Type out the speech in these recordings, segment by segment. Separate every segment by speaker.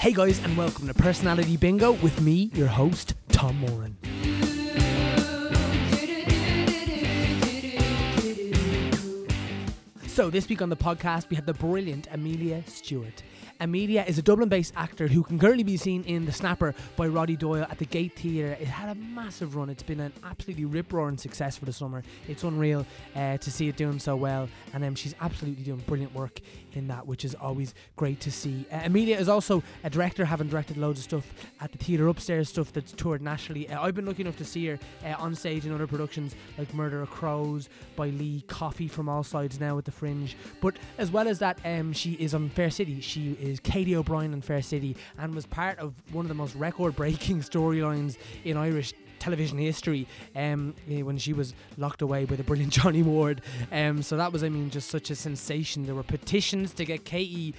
Speaker 1: Hey guys, and welcome to Personality Bingo with me, your host, Tom Moran. So, this week on the podcast, we had the brilliant Amelia Stewart. Amelia is a Dublin based actor who can currently be seen in The Snapper by Roddy Doyle at the Gate Theatre. It had a massive run, it's been an absolutely rip roaring success for the summer. It's unreal uh, to see it doing so well, and um, she's absolutely doing brilliant work in that, which is always great to see. Uh, Amelia is also a director, having directed loads of stuff at the theatre upstairs, stuff that's toured nationally. Uh, I've been lucky enough to see her uh, on stage in other productions like Murder of Crows by Lee, Coffee from All Sides Now at the Fringe. But as well as that, um, she is on Fair City. She is Katie O'Brien on Fair City and was part of one of the most record breaking storylines in Irish television history um, eh, when she was locked away by the brilliant Johnny Ward. Um, so that was, I mean, just such a sensation. There were petitions to get Katie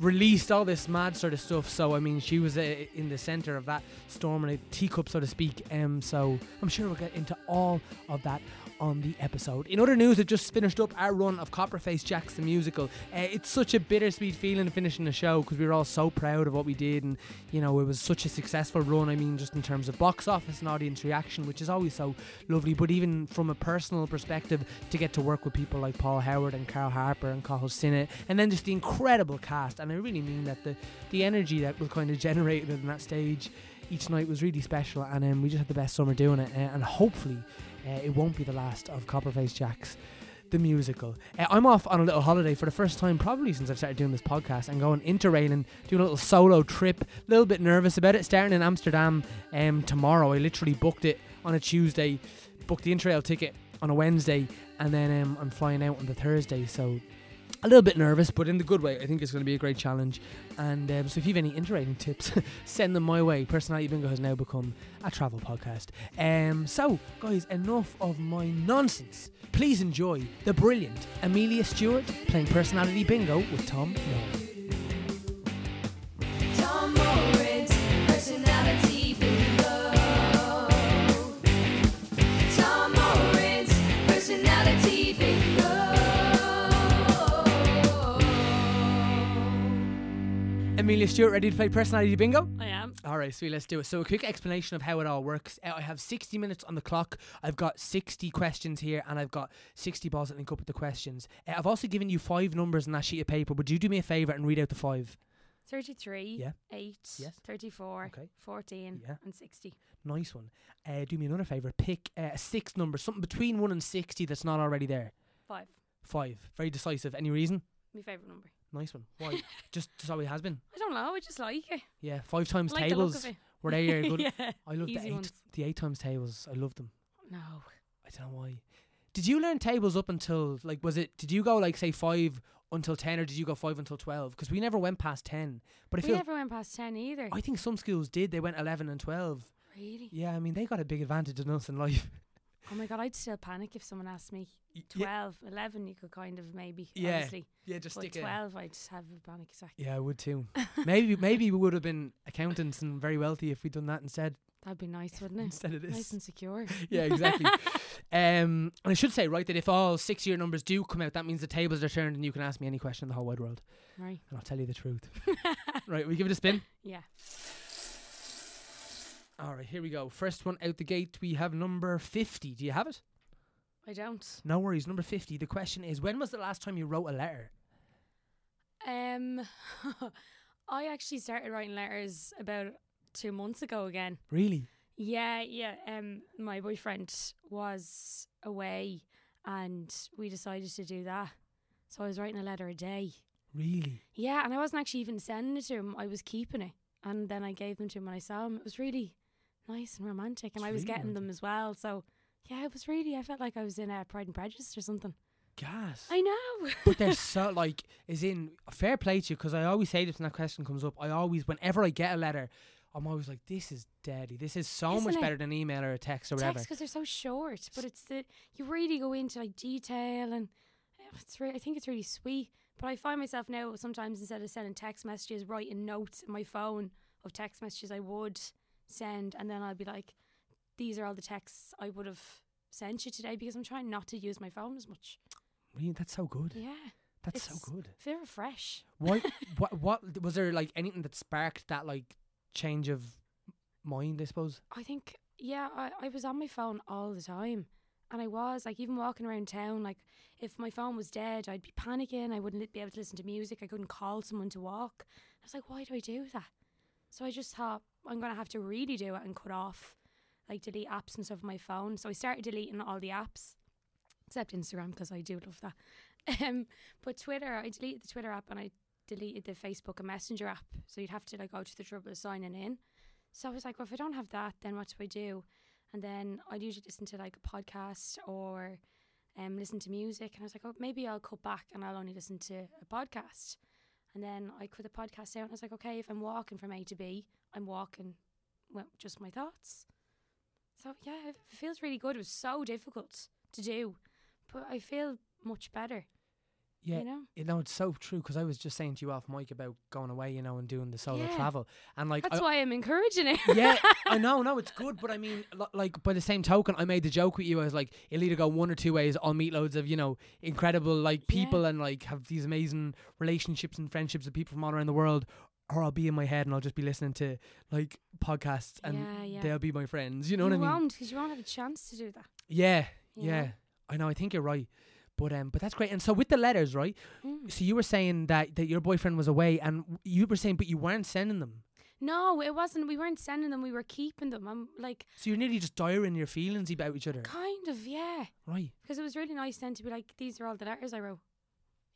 Speaker 1: released, all this mad sort of stuff. So, I mean, she was uh, in the centre of that storm in a teacup, so to speak. Um, so I'm sure we'll get into all of that on the episode. In other news, it just finished up our run of Copperface Jack's the musical. Uh, it's such a bittersweet feeling finishing the show because we were all so proud of what we did, and you know it was such a successful run. I mean, just in terms of box office and audience reaction, which is always so lovely. But even from a personal perspective, to get to work with people like Paul Howard and Carl Harper and Cahill Sinnott, and then just the incredible cast, and I really mean that the the energy that was kind of generated in that stage each night was really special, and um, we just had the best summer doing it. Uh, and hopefully, uh, it won't be the last of Copperface Jacks, the musical. Uh, I'm off on a little holiday for the first time, probably since I've started doing this podcast, and going interrailing, doing a little solo trip. A little bit nervous about it. Starting in Amsterdam um, tomorrow. I literally booked it on a Tuesday, booked the interrail ticket on a Wednesday, and then um, I'm flying out on the Thursday. So a little bit nervous, but in the good way. I think it's going to be a great challenge. And um, so, if you have any interrating tips, send them my way. Personality Bingo has now become a travel podcast. Um, so, guys, enough of my nonsense. Please enjoy the brilliant Amelia Stewart playing Personality Bingo with Tom Nolan.
Speaker 2: Tom Moran's personality bingo. Tom Moran's personality bingo.
Speaker 1: Amelia Stewart, ready to play Personality Bingo?
Speaker 3: I am.
Speaker 1: All right, sweet. Let's do it. So, a quick explanation of how it all works. Uh, I have 60 minutes on the clock. I've got 60 questions here, and I've got 60 balls that link up with the questions. Uh, I've also given you five numbers on that sheet of paper. Would you do me a favour and read out the five?
Speaker 3: 33,
Speaker 1: Yeah.
Speaker 3: 8,
Speaker 1: Yes.
Speaker 3: 34,
Speaker 1: Okay.
Speaker 3: 14,
Speaker 1: Yeah.
Speaker 3: and 60.
Speaker 1: Nice one. Uh, do me another favour. Pick uh, a six number, something between one and 60 that's not already there.
Speaker 3: 5.
Speaker 1: Five. Very decisive. Any reason?
Speaker 3: My favourite number.
Speaker 1: Nice one. Why? just, just how it has been.
Speaker 3: I don't know. I just like it.
Speaker 1: Yeah, five times
Speaker 3: I like
Speaker 1: tables.
Speaker 3: the look
Speaker 1: Were they are
Speaker 3: of
Speaker 1: good?
Speaker 3: it. yeah.
Speaker 1: I love the
Speaker 3: Easy
Speaker 1: eight,
Speaker 3: ones.
Speaker 1: the eight times tables. I love them.
Speaker 3: No.
Speaker 1: I don't know why. Did you learn tables up until like was it? Did you go like say five until ten, or did you go five until twelve? Because we never went past ten. But I
Speaker 3: We
Speaker 1: feel
Speaker 3: never went past 10 either.
Speaker 1: I think some schools did. They went eleven and twelve.
Speaker 3: really?
Speaker 1: Yeah, I mean they got a big advantage on us in life.
Speaker 3: Oh my God, I'd still panic if someone asked me.
Speaker 1: Y- yeah,
Speaker 3: 12, 11, you could kind of maybe,
Speaker 1: Yeah,
Speaker 3: obviously.
Speaker 1: yeah, just
Speaker 3: But
Speaker 1: stick
Speaker 3: 12, I'd just have a panic attack.
Speaker 1: it. Yeah, I would too. maybe maybe we would have been accountants and very wealthy if we'd done that instead
Speaker 3: That'd be nice, wouldn't it?
Speaker 1: instead of
Speaker 3: Nice
Speaker 1: this.
Speaker 3: and secure.
Speaker 1: yeah, exactly. Um, and I should say right that if all six year numbers do come out, that means the tables are turned and you can ask me any question in the whole wide world,
Speaker 3: Right.
Speaker 1: and I'll tell you the truth. right, we give it a spin.
Speaker 3: Yeah.
Speaker 1: All right, here we go. First one out the gate, we have number 50. Do you have it?
Speaker 3: I don't.
Speaker 1: No worries, number 50. The question is when was the last time you wrote a letter?
Speaker 3: Um, I actually started writing letters about two months ago again.
Speaker 1: Really?
Speaker 3: Yeah, yeah. Um, my boyfriend was away, and we decided to do that. So I was writing a letter a day.
Speaker 1: Really?
Speaker 3: Yeah, and I wasn't actually even sending it to him. I was keeping it, and then I gave them to him when I saw him. It was really nice and romantic, and
Speaker 1: It's
Speaker 3: I was
Speaker 1: really
Speaker 3: getting them as well. So yeah, it was really. I felt like I was in uh, Pride and Prejudice or something.
Speaker 1: Gas.
Speaker 3: I know.
Speaker 1: but they're so like, is in fair play to you because I always say this when that question comes up. I always, whenever I get a letter, I'm always like, this is deadly. This is so much
Speaker 3: Isn't it?
Speaker 1: better than email or a text or whatever.
Speaker 3: text because they're so short. But it's the you really go into like detail and uh, it's re- I think it's really sweet. But I find myself now sometimes instead of sending text messages, writing notes in my phone of text messages I would send, and then I'll be like, these are all the texts I would have sent you today because I'm trying not to use my phone as much.
Speaker 1: Really? That's so good.
Speaker 3: Yeah,
Speaker 1: That's
Speaker 3: It's-
Speaker 1: so good.
Speaker 3: Feel fresh.
Speaker 1: Why? what? What was there like anything that sparked that like change of mind? I suppose.
Speaker 3: I think, yeah, I, I was on my phone all the time. And I was, like, even walking around town, like, if my phone was dead, I'd be panicking. I wouldn't li- be able to listen to music. I couldn't call someone to walk. I was like, why do I do that? So I just thought, I'm going to have to really do it and cut off, like, delete apps and stuff on my phone. So I started deleting all the apps, except Instagram, because I do love that. Um, but Twitter, I deleted the Twitter app and I deleted the Facebook and Messenger app. So you'd have to, like, go to the trouble of signing in. So I was like, well, if I don't have that, then what do I do? And then I'd usually listen to like a podcast or um, listen to music. And I was like, oh, maybe I'll cut back and I'll only listen to a podcast. And then I cut the podcast out and I was like, okay, if I'm walking from A to B, I'm walking with just my thoughts. So yeah, it it feels really good. It was so difficult to do, but I feel much better,
Speaker 1: Yeah.
Speaker 3: you know?
Speaker 1: You know, it's so true because I was just saying to you off mic about going away, you know, and doing the solo
Speaker 3: Yeah.
Speaker 1: travel, and like,
Speaker 3: That's
Speaker 1: I,
Speaker 3: why I'm encouraging it.
Speaker 1: yeah, I know, no, it's good, but I mean, lo- like, by the same token, I made the joke with you. I was like, it'll either go one or two ways. I'll meet loads of, you know, incredible like
Speaker 3: Yeah.
Speaker 1: people and like have these amazing relationships and friendships with people from all around the world, or I'll be in my head and I'll just be listening to like podcasts and
Speaker 3: Yeah, yeah.
Speaker 1: they'll be my friends. You know
Speaker 3: you
Speaker 1: what I mean?
Speaker 3: won't, because you won't have a chance to do that.
Speaker 1: Yeah,
Speaker 3: you know?
Speaker 1: yeah. I know. I think you're right. But um, but that's great. And so with the letters, right?
Speaker 3: Mm.
Speaker 1: So you were saying that that your boyfriend was away, and w- you were saying, but you weren't sending them.
Speaker 3: No, it wasn't. We weren't sending them. We were keeping them. I'm like,
Speaker 1: So you're nearly just diaring your feelings about each other,
Speaker 3: kind of, yeah.
Speaker 1: right?
Speaker 3: Because it was really nice then to be like, these are all the letters I wrote,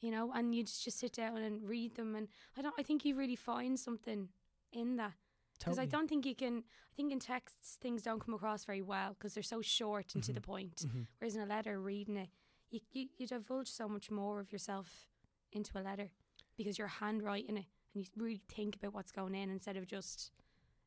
Speaker 3: you know. And you just just sit down and read them. And I don't. I think you really find something in that because
Speaker 1: Totally.
Speaker 3: I don't think you can. I think in texts things don't come across very well because they're so short and to the point.
Speaker 1: Mhm.
Speaker 3: Whereas in a letter, reading it, you, you you divulge so much more of yourself into a letter because you're handwriting it and you really think about what's going in instead of just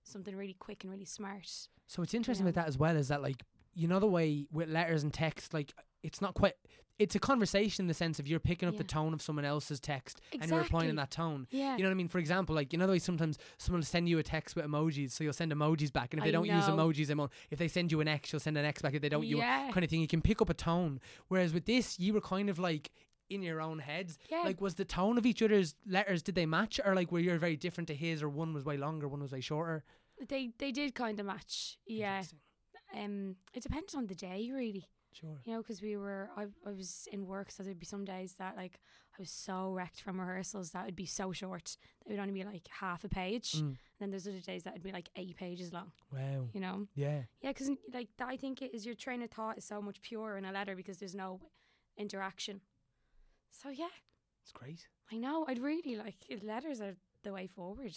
Speaker 3: something really quick and really smart.
Speaker 1: So it's interesting
Speaker 3: Yeah.
Speaker 1: about that as well is that like you know the way with letters and text, like it's not quite. It's a conversation in the sense of you're picking up the
Speaker 3: Yeah.
Speaker 1: tone of someone else's text and you're replying in that
Speaker 3: Exactly.
Speaker 1: tone.
Speaker 3: Yeah.
Speaker 1: You know what I mean? For example, like you know the way sometimes someone will send you a text with emojis, so you'll send emojis back, and if they
Speaker 3: I
Speaker 1: don't use
Speaker 3: know.
Speaker 1: emojis, they won't. If they send you an X, you'll send an X back. If they don't, you won't,
Speaker 3: Yeah.
Speaker 1: kind of thing. You can pick up a tone. Whereas with this, you were kind of like in your own heads.
Speaker 3: Yeah.
Speaker 1: Like, was the tone of each other's letters did they match, or like were you very different to his, or one was way longer, one was way shorter?
Speaker 3: they they did kind of match. Yeah.
Speaker 1: Interesting.
Speaker 3: Um, it depends on the day, really.
Speaker 1: Sure.
Speaker 3: You know, because we were, I, I was in work, so there'd be some days that like I was so wrecked from rehearsals that would be so short that it would only be like half a page.
Speaker 1: Mm.
Speaker 3: And then there's other days that would be like eight pages long.
Speaker 1: Wow.
Speaker 3: You know.
Speaker 1: Yeah.
Speaker 3: Yeah, because like that, I think it is your train of thought is so much purer in a letter because there's no interaction. So yeah,
Speaker 1: It's great.
Speaker 3: I know. I'd really like letters are the way forward.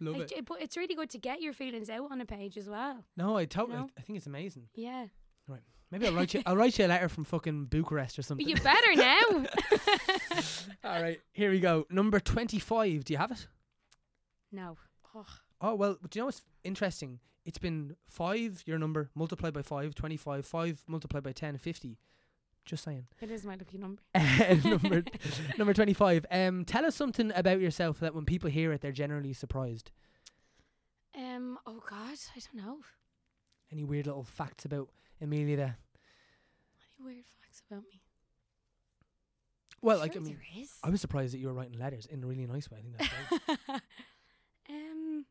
Speaker 1: Love
Speaker 3: Like, it- but it's really good to get your feelings out on a page as well.
Speaker 1: No, I totally.
Speaker 3: know?
Speaker 1: I think it's amazing.
Speaker 3: Yeah.
Speaker 1: Maybe I'll write you. I'll write you a letter from fucking Bucharest or something.
Speaker 3: But you better now.
Speaker 1: All right, here we go. Number twenty-five. Do you have it?
Speaker 3: no. Oh,
Speaker 1: Oh well, do you know what's interesting? It's been five your number multiplied by five, 25, five multiplied by 10, 50. Just saying.
Speaker 3: it is my lucky number.
Speaker 1: number number twenty five. Um, tell us something about yourself that when people hear it, they're generally surprised.
Speaker 3: Um. Oh God, I don't know.
Speaker 1: Any weird little facts about Amelia? There?
Speaker 3: Any weird facts about me?
Speaker 1: Well,
Speaker 3: sure
Speaker 1: like I mean,
Speaker 3: there is.
Speaker 1: I was surprised that you were writing letters in a really nice way. I think that's great.
Speaker 3: um,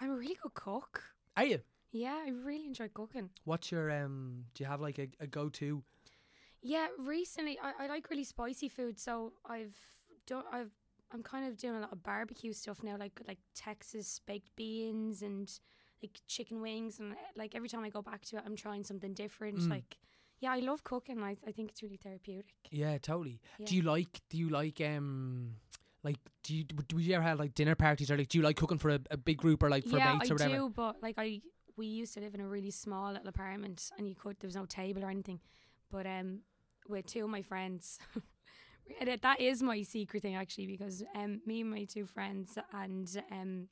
Speaker 3: I'm a really good cook.
Speaker 1: Are you?
Speaker 3: Yeah, I really enjoy cooking.
Speaker 1: What's your um? Do you have like a, a go to?
Speaker 3: Yeah, recently I, I like really spicy food, so I've done I've I'm kind of doing a lot of barbecue stuff now, like like Texas baked beans and like chicken wings, and uh, like every time I go back to it, I'm trying something different.
Speaker 1: Mm.
Speaker 3: Like, yeah, I love cooking. I I think it's really therapeutic.
Speaker 1: Yeah, totally. Do you
Speaker 3: Yeah.
Speaker 1: like? Do you like um? Like, do you do you ever have like dinner parties or like do you like cooking for a, a big group or like for
Speaker 3: yeah,
Speaker 1: mates
Speaker 3: I
Speaker 1: or whatever?
Speaker 3: do, but like I we used to live in a really small little apartment, and you could there was no table or anything, but um, with two of my friends. and it- that is my secret thing actually because um me and my two friends and um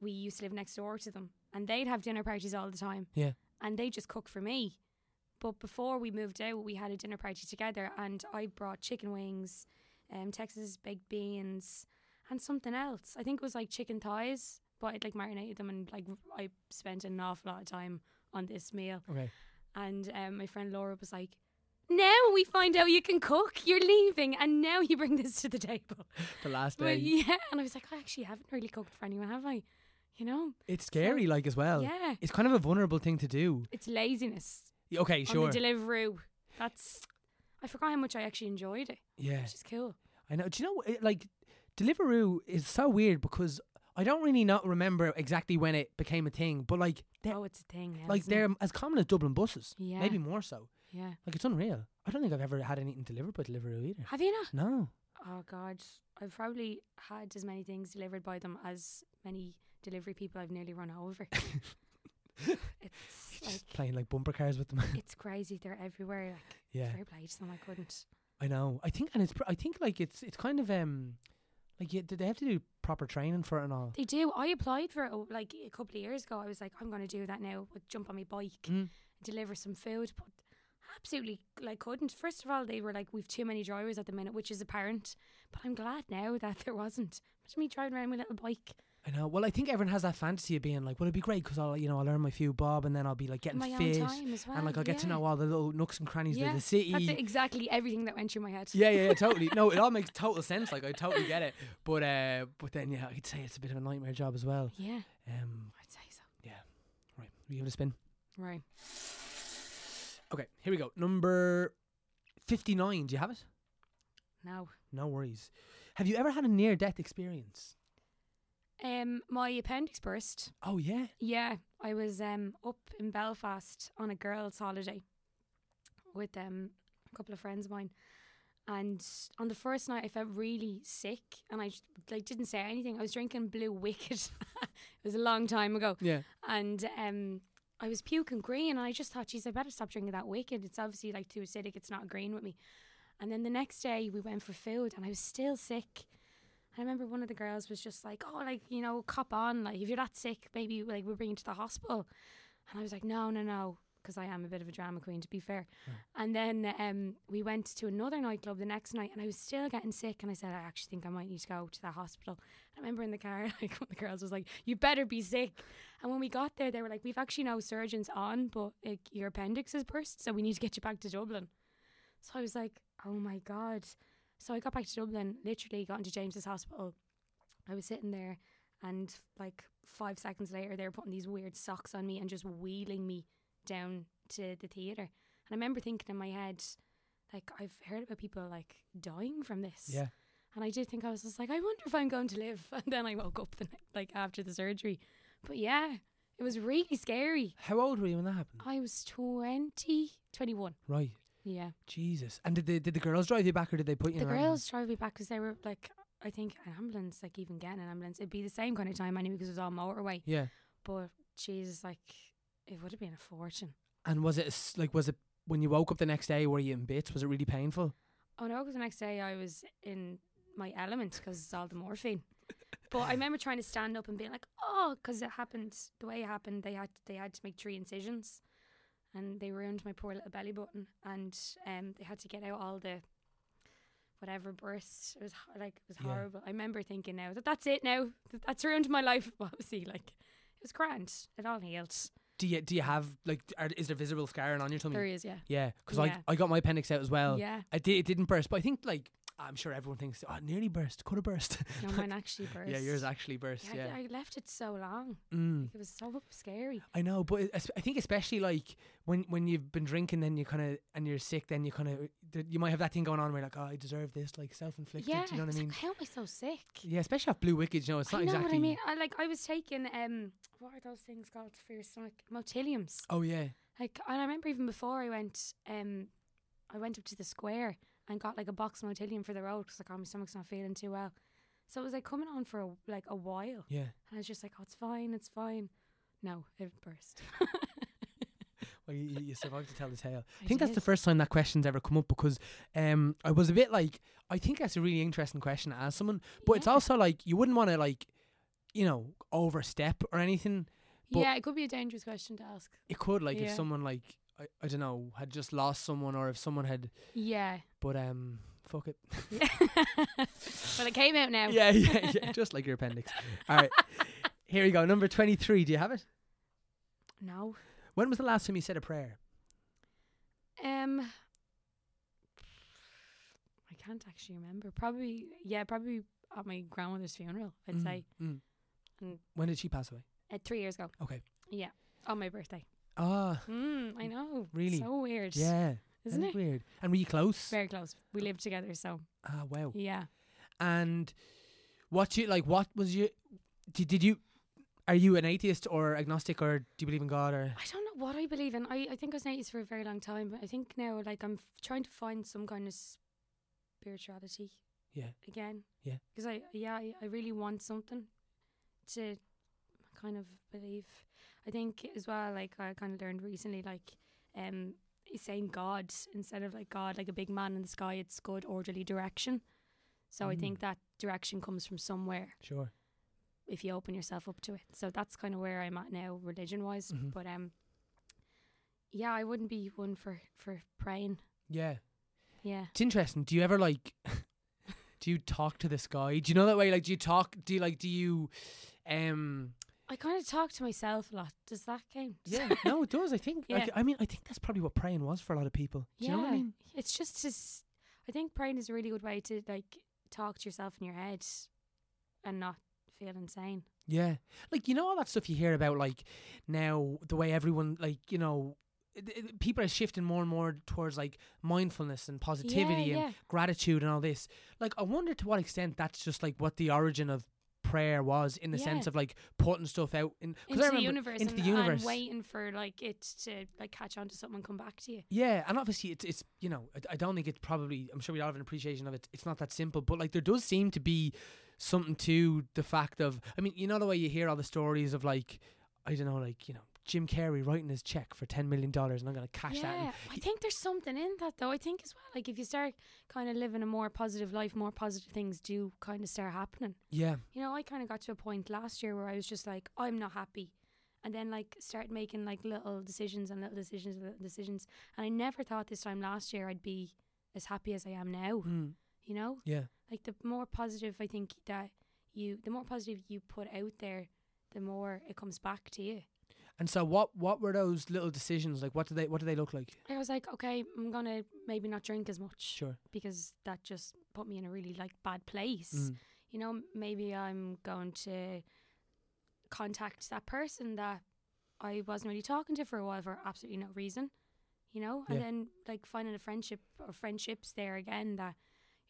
Speaker 3: we used to live next door to them and they'd have dinner parties all the time
Speaker 1: Yeah.
Speaker 3: and they just cook for me but before we moved out we had a dinner party together and I brought chicken wings um Texas baked beans and something else I think it was like chicken thighs but I'd like marinated them and like I spent an awful lot of time on this meal
Speaker 1: Okay.
Speaker 3: and um, my friend Laura was like, now we find out you can cook. You're leaving, and now you bring this to the table.
Speaker 1: The last day.
Speaker 3: But yeah, and I was like, I actually haven't really cooked for anyone, have I? You know,
Speaker 1: It's scary, like as well.
Speaker 3: yeah,
Speaker 1: It's kind of a vulnerable thing to do.
Speaker 3: it's laziness
Speaker 1: Y- Okay,
Speaker 3: on
Speaker 1: sure.
Speaker 3: the Deliveroo. That's I forgot how much I actually enjoyed it,
Speaker 1: yeah,
Speaker 3: which is cool.
Speaker 1: I know. Do you know, it, like, Deliveroo is so weird because I don't really not remember exactly when it became a thing, but like, they're,
Speaker 3: oh, it's a thing now.
Speaker 1: like
Speaker 3: isn't it?
Speaker 1: they're as common as Dublin buses.
Speaker 3: Yeah.
Speaker 1: Maybe more so.
Speaker 3: yeah.
Speaker 1: Like, it's unreal. I don't think I've ever had anything delivered by Deliveroo either.
Speaker 3: Have you not?
Speaker 1: No.
Speaker 3: Oh God, I've probably had as many things delivered by them as many delivery people I've nearly run over. it's
Speaker 1: Just
Speaker 3: like
Speaker 1: playing like bumper cars with them.
Speaker 3: it's crazy. They're everywhere. Like
Speaker 1: yeah.
Speaker 3: fair play to them. I couldn't.
Speaker 1: I know. I think, and it's. Pr- I think like it's. It's kind of um, like you, they have to do proper training for it and all.
Speaker 3: They do. I applied for it oh, like a couple of years ago. I was like, I'm going to do that now. I'd jump on my bike,
Speaker 1: Mm.
Speaker 3: deliver some food, but absolutely like couldn't. First of all, they were like, we've too many drivers at the minute, which is apparent. But I'm glad now that there wasn't. Imagine me driving around my little bike.
Speaker 1: I know. Well, I think everyone has that fantasy of being like, well, it'd be great because I'll, you know, I'll earn my few bob and then I'll be like getting
Speaker 3: my
Speaker 1: fit
Speaker 3: own time as well.
Speaker 1: and like I'll get to
Speaker 3: yeah.
Speaker 1: know all the little nooks and crannies
Speaker 3: yeah,
Speaker 1: of the city.
Speaker 3: That's exactly everything that went through my head.
Speaker 1: E. yeah, yeah, yeah, totally. No, it all makes total sense. Like I totally get it. But uh, but then yeah, I'd say it's a bit of a nightmare job as well.
Speaker 3: Yeah,
Speaker 1: Um,
Speaker 3: I'd say so.
Speaker 1: right, we give it a spin.
Speaker 3: Right.
Speaker 1: Okay, here we go. Number fifty-nine. Do you have it?
Speaker 3: Now,
Speaker 1: No worries. Have you ever had a near-death experience?
Speaker 3: um, my appendix burst.
Speaker 1: Oh yeah.
Speaker 3: Yeah, I was um up in Belfast on a girls' holiday with um a couple of friends of mine, and on the first night I felt really sick, and I just, like didn't say anything. I was drinking Blue Wicked. it was a long time ago,
Speaker 1: Yeah.
Speaker 3: and um. I was puking green, and I just thought, geez, I better stop drinking that wicked. It's obviously like too acidic. It's not agreeing with me. And then the next day, we went for food, and I was still sick. I remember one of the girls was just like, "Oh, like you know, cop on. Like if you're that sick, maybe like we'll bring you to the hospital." And I was like, "No, no, no," because I am a bit of a drama queen, to be fair. And then um, we went to another nightclub the next night, and I was still getting sick. And I said, "I actually think I might need to go to the hospital." I remember in the car, like one of the girls was like, "You better be sick." And when we got there, they were like, "We've actually no surgeons on, but like, your appendix has burst, so we need to get you back to Dublin." So I was like, "Oh my god." So I got back to Dublin, literally got into James's hospital. I was sitting there, and like five seconds later, they were putting these weird socks on me and just wheeling me down to the theatre. And I remember thinking in my head, like, I've heard about people like dying from this.
Speaker 1: Yeah.
Speaker 3: And I did think I was just like, I wonder if I'm going to live. And then I woke up the night, like after the surgery. But yeah, it was really scary.
Speaker 1: How old were you when that happened?
Speaker 3: I was 20, 21.
Speaker 1: Right.
Speaker 3: Yeah.
Speaker 1: Jesus. And did the did the girls drive you back or did they put you
Speaker 3: The
Speaker 1: in an
Speaker 3: girls drove me back because they were like, I think an ambulance, like even getting an ambulance, it'd be the same kind of time anyway because it was all motorway.
Speaker 1: ambulance? Yeah.
Speaker 3: But Jesus, like, it would have been a fortune.
Speaker 1: And was it s- like was it when you woke up the next day were you in bits? Was it really painful?
Speaker 3: Oh no, because the next day I was in my element because it's all the morphine. but I remember trying to stand up and being like, oh, because it happened the way it happened. They had they had to make three incisions, and they ruined my poor little belly button, and um, they had to get out all the whatever bursts. It was ho- like it was
Speaker 1: Yeah.
Speaker 3: horrible. I remember thinking now that that's it now that that's ruined my life. Obviously, like it was grand. It all healed.
Speaker 1: Do you do you have like are, is there visible scarring on your tummy?
Speaker 3: There he is, yeah,
Speaker 1: yeah, because
Speaker 3: Yeah.
Speaker 1: I I got my appendix out as well.
Speaker 3: yeah.
Speaker 1: I did it didn't burst, but I think like I'm sure everyone thinks oh it nearly burst, could have burst.
Speaker 3: No, mine actually burst.
Speaker 1: yeah, yours actually burst.
Speaker 3: Yeah,
Speaker 1: Yeah,
Speaker 3: I, I left it so long.
Speaker 1: Mm,
Speaker 3: It was so scary.
Speaker 1: I know, but it, es- I think especially like when when you've been drinking, then you kind of and you're sick, then you kind of you might have that thing going on where you're like oh I deserve this, like self inflicted.
Speaker 3: yeah,
Speaker 1: you know what I
Speaker 3: it's
Speaker 1: mean?
Speaker 3: Like, how am I so sick?
Speaker 1: Yeah, especially off Blue Wicked, you know, it's not
Speaker 3: I know
Speaker 1: exactly.
Speaker 3: what I mean. I like I was taking um, what are those things called for your stomach? Motiliums.
Speaker 1: Oh yeah,
Speaker 3: Like, and I remember even before I went, um, I went up to the square and got like a box of Motilium for the road because like, oh, my stomach's not feeling too well. So it was like coming on for a, like a while, and
Speaker 1: yeah.
Speaker 3: I was just like, oh, it's fine, it's fine. No, it burst.
Speaker 1: Well, you, you- you survived to tell the tale. I
Speaker 3: I
Speaker 1: think that's the
Speaker 3: did.
Speaker 1: first time that question's ever come up because um, I was a bit like, I think that's a really interesting question to ask someone, but it's
Speaker 3: Yeah.
Speaker 1: also like you wouldn't want to like, you know, overstep or anything. but-
Speaker 3: yeah, it could be a dangerous question to ask.
Speaker 1: It could like if
Speaker 3: Yeah.
Speaker 1: someone like I, I don't know had just lost someone or if someone had,
Speaker 3: Yeah.
Speaker 1: but um, fuck it.
Speaker 3: Yeah. well, it came out now.
Speaker 1: Yeah, yeah, yeah. just like your appendix. All right, here we go. Number twenty-three. Do you have it?
Speaker 3: No.
Speaker 1: When was the last time you said a prayer?
Speaker 3: Um, can't actually remember. Probably, yeah, probably at my grandmother's funeral, I'd
Speaker 1: Mm,
Speaker 3: say,
Speaker 1: mm.
Speaker 3: and-
Speaker 1: When did she pass away?
Speaker 3: uh, three years ago.
Speaker 1: Okay.
Speaker 3: Yeah, on my birthday.
Speaker 1: Ah,
Speaker 3: Mm, I know.
Speaker 1: Really?
Speaker 3: So weird.
Speaker 1: yeah.
Speaker 3: Isn't
Speaker 1: that
Speaker 3: it?
Speaker 1: is weird? Oh. And were you close?
Speaker 3: Very close. We lived together, so
Speaker 1: Ah, wow.
Speaker 3: yeah.
Speaker 1: And what you like? What was you? Did, did you? Are you an atheist or agnostic or do you believe in God or?
Speaker 3: I don't know what I believe in. I, I think I was an atheist for a very long time, but I think now, like, I'm f- trying to find some kind of spirituality.
Speaker 1: Yeah.
Speaker 3: Again.
Speaker 1: Yeah.
Speaker 3: Because I, yeah, I, I really want something to kind of believe. I think as well, like, I kind of learned recently, like, um, saying God instead of like God, like a big man in the sky, it's good orderly direction. So I
Speaker 1: Mm.
Speaker 3: think that direction comes from somewhere
Speaker 1: Sure.
Speaker 3: if you open yourself up to it. So that's kind of where I'm at now, religion wise.
Speaker 1: Mhm.
Speaker 3: But um, yeah, I wouldn't be one for for praying.
Speaker 1: Yeah.
Speaker 3: Yeah,
Speaker 1: It's interesting. Do you ever like? do you talk to the sky? Do you know that way? Like, do you talk? Do you like? Do you? Um.
Speaker 3: I kind of talk to myself a lot. Does that count?
Speaker 1: Yeah. no, it does. I think.
Speaker 3: Yeah.
Speaker 1: Like, I mean, I think that's probably what praying was for a lot of people. Do you know what I
Speaker 3: Yeah.
Speaker 1: mean?
Speaker 3: it's just to s I think praying is a really good way to like talk to yourself in your head and not feel insane.
Speaker 1: Yeah. Like, you know, all that stuff you hear about, like, now the way everyone, like, you know, it- it- people are shifting more and more towards, like, mindfulness and positivity
Speaker 3: yeah,
Speaker 1: and
Speaker 3: yeah.
Speaker 1: gratitude and all this. Like, I wonder to what extent that's just, like, what the origin of prayer was in the
Speaker 3: Yeah.
Speaker 1: sense of, like, putting stuff out in, 'cause I
Speaker 3: Into the
Speaker 1: remember-
Speaker 3: universe,
Speaker 1: into
Speaker 3: and,
Speaker 1: the universe.
Speaker 3: and waiting for like it to like catch on to something and come back to you.
Speaker 1: Yeah, and obviously it's it's you know I- I don't think it's probably I'm sure we all have an appreciation of it. It's not that simple, but like there does seem to be something to the fact of I mean you know the way you hear all the stories of like I don't know like you know Jim Carrey writing his check for ten million dollars and I'm gonna cash that.
Speaker 3: Yeah,
Speaker 1: And,
Speaker 3: I think there's something in that though. I think as well, like if you start kind of living a more positive life, more positive things do kind of start happening.
Speaker 1: yeah,
Speaker 3: You know, I kind of got to a point last year where I was just like, I'm not happy, and then like start making like little decisions and little decisions and little decisions, and I never thought this time last year I'd be as happy as I am now.
Speaker 1: mm,
Speaker 3: You know,
Speaker 1: yeah,
Speaker 3: like the more positive I think that you, the more positive you put out there, the more it comes back to you.
Speaker 1: and so what what were those little decisions like? What do they what do they look like?
Speaker 3: I was like, okay, I'm gonna maybe not drink as much.
Speaker 1: Sure,
Speaker 3: because that just put me in a really like bad place.
Speaker 1: Mm.
Speaker 3: You know, m- maybe I'm going to contact that person that I wasn't really talking to for a while for absolutely no reason. You know, and
Speaker 1: Yeah.
Speaker 3: then like finding a friendship or friendships there again that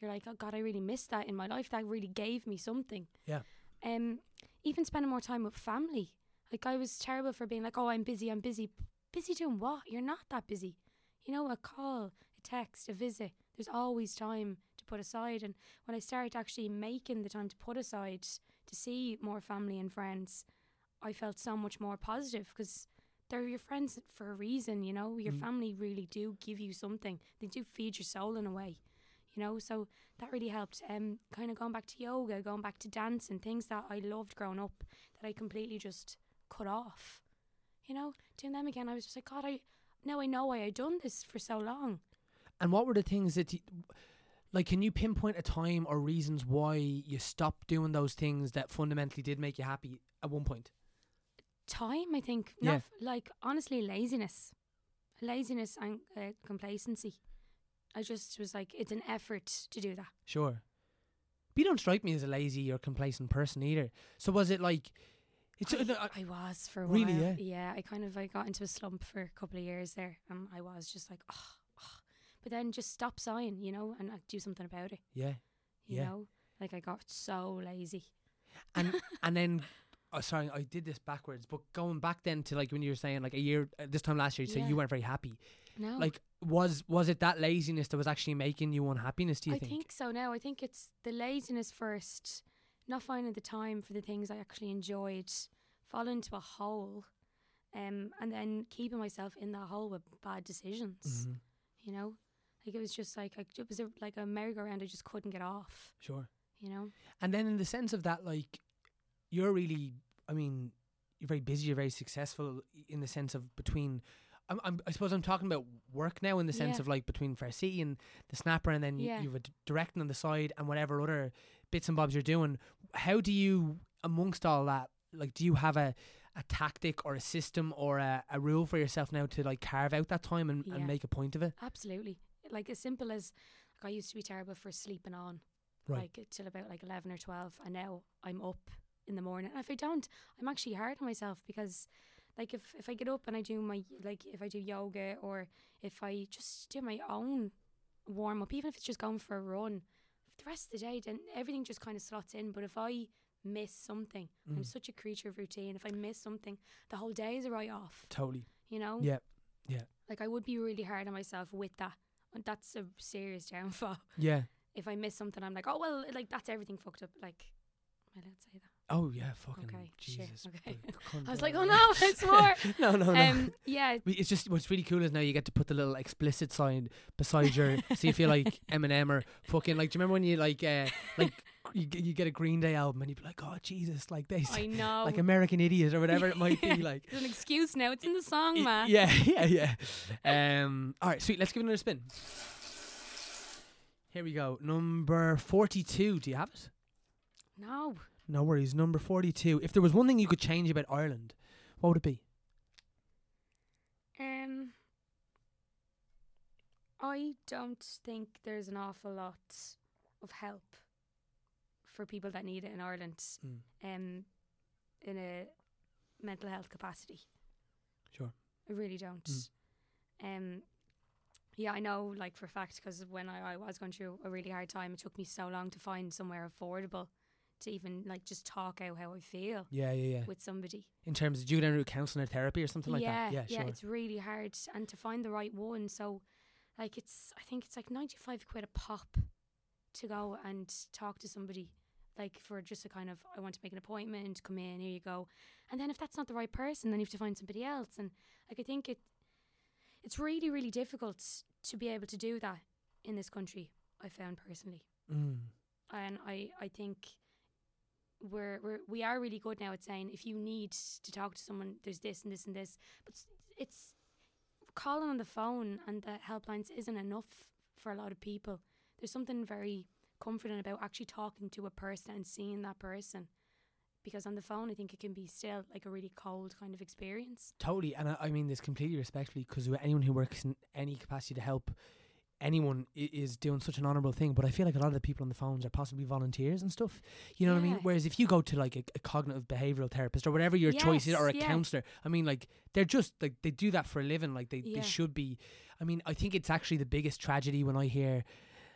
Speaker 3: you're like, oh God, I really missed that in my life. That really gave me something.
Speaker 1: Yeah.
Speaker 3: Um, even spending more time with family. Like I was terrible for being like, oh, I'm busy, I'm busy. Busy doing what? You're not that busy. You know, a call, a text, a visit. There's always time to put aside. And when I started actually making the time to put aside to see more family and friends, I felt so much more positive because they're your friends for a reason. You know, your
Speaker 1: Mm.
Speaker 3: family really do give you something. They do feed your soul in a way. You know, so that really helped. Um, kind of going back to yoga, going back to dance and things that I loved growing up that I completely just cut off. You know, doing them again, I was just like, God, I now I know why I done this for so long.
Speaker 1: and what were the things that you, like can you pinpoint a time or reasons why you stopped doing those things that fundamentally did make you happy at one point?
Speaker 3: Time, I think.
Speaker 1: Yeah.
Speaker 3: Not f- like honestly, laziness, laziness and uh, complacency. I just was like, it's an effort to do that.
Speaker 1: Sure. But you don't strike me as a lazy or complacent person either. So was it like it's
Speaker 3: I,
Speaker 1: uh, no, I-
Speaker 3: I was for a
Speaker 1: Really,
Speaker 3: while.
Speaker 1: yeah.
Speaker 3: I kind of I got into a slump for a couple of years there, and I was just like, oh, but then just stop sighing, you know, and like, do something about it.
Speaker 1: yeah.
Speaker 3: You
Speaker 1: Yeah.
Speaker 3: know, like I got so lazy.
Speaker 1: And and then oh, sorry, I did this backwards, but going back then to like when you were saying like a year uh, this time last year you say
Speaker 3: Yeah.
Speaker 1: you weren't very happy.
Speaker 3: No,
Speaker 1: Like was was it that laziness that was actually making you unhappiness, do you
Speaker 3: I think? so now. I think it's the laziness first, not finding the time for the things I actually enjoyed, falling into a hole, um, and then keeping myself in that hole with bad decisions.
Speaker 1: Mhm,
Speaker 3: You know, like it was just like I, it was a, like a merry-go-round. I just couldn't get off.
Speaker 1: Sure.
Speaker 3: You know.
Speaker 1: And then in the sense of that like you're really I mean, you're very busy, you're very successful in the sense of between I'm, I'm, I suppose I'm talking about work now in the sense
Speaker 3: Yeah.
Speaker 1: of like between Fair City and the Snapper, and then
Speaker 3: Yeah.
Speaker 1: you, you've a d- directing on the side and whatever other bits and bobs you're doing. How do you, amongst all that, like, do you have a, a tactic or a system or a, a rule for yourself now to like carve out that time and,
Speaker 3: Yeah.
Speaker 1: and make a point of it?
Speaker 3: Absolutely. Like as simple as Like I used to be terrible for sleeping on,
Speaker 1: Right.
Speaker 3: like till about like eleven or twelve, and now I'm up in the morning. And if I don't, I'm actually hard on myself because, like, if if I get up and I do my like if I do yoga or if I just do my own warm up, even if it's just going for a run, the rest of the day, then everything just kind of slots in. But if I miss something, I'm such a creature of routine. If I miss something, the whole day is a write off.
Speaker 1: Totally.
Speaker 3: You know.
Speaker 1: Yeah.
Speaker 3: Like I would be really hard on myself with that. And that's a serious downfall.
Speaker 1: Yeah.
Speaker 3: If I miss something, I'm like, oh well, like that's everything fucked up. Like, am I allowed to say that?
Speaker 1: Oh yeah. Fucking
Speaker 3: Okay, shit,
Speaker 1: Jesus.
Speaker 3: okay.
Speaker 1: but cunt,
Speaker 3: I was
Speaker 1: uh,
Speaker 3: like, oh no, it's more.
Speaker 1: no, Oh, no, no.
Speaker 3: Um, yeah,
Speaker 1: We- It's just what's really cool is now you get to put the little explicit sign beside your. so you feel like Eminem or fucking like. Do you remember when you like uh like you, g- you get a Green Day album and you'd be like, oh Jesus, like they
Speaker 3: I
Speaker 1: s
Speaker 3: know.
Speaker 1: like American Idiot or whatever it might
Speaker 3: Yeah.
Speaker 1: be like.
Speaker 3: There's an excuse now. It's in the song,
Speaker 1: Y-
Speaker 3: man.
Speaker 1: Yeah, yeah, yeah. Um, all right, sweet. Let's give it another spin. Here we go. Number forty-two. Do you have it?
Speaker 3: No,
Speaker 1: No worries. Number forty-two. If there was one thing you could change about Ireland, what would it be?
Speaker 3: um, I don't think there's an awful lot of help for people that need it in Ireland,
Speaker 1: Mm.
Speaker 3: um, in a mental health capacity.
Speaker 1: Sure.
Speaker 3: I really don't.
Speaker 1: Mm.
Speaker 3: Um, yeah, I know, like for a fact, because when I, I was going through a really hard time, it took me so long to find somewhere affordable to even like just talk out how I feel
Speaker 1: Yeah, yeah, yeah.
Speaker 3: with somebody.
Speaker 1: In terms of, do you go down to counselling or therapy or something like that? Yeah, sure.
Speaker 3: it's really hard, and to find the right one. So, like, it's I think it's like ninety five quid a pop to go and talk to somebody, like for just a kind of I want to make an appointment, come in, here you go, and then if that's not the right person, then you have to find somebody else. And like, I think it, it's really really difficult to be able to do that in this country. I found personally
Speaker 1: Mm.
Speaker 3: and I, I think we're, we're we are really good now at saying if you need to talk to someone there's this and this and this but s- it's calling on the phone and the helplines isn't enough for a lot of people there's something very comforting about actually talking to a person and seeing that person because on the phone i think it can be still like a really cold kind of experience
Speaker 1: Totally, and I, I mean this completely respectfully because anyone who works in any capacity to help anyone i- is doing such an honourable thing. But I feel like a lot of the people on the phones are possibly volunteers and stuff. You know what I mean?
Speaker 3: Yeah.
Speaker 1: Whereas if you go to like a, a cognitive behavioural therapist or whatever your choice is, or a
Speaker 3: Yes, yeah.
Speaker 1: counsellor, I mean, like they're just like they do that for a living. Like they,
Speaker 3: Yeah.
Speaker 1: they should be. I mean, I think it's actually the biggest tragedy when I hear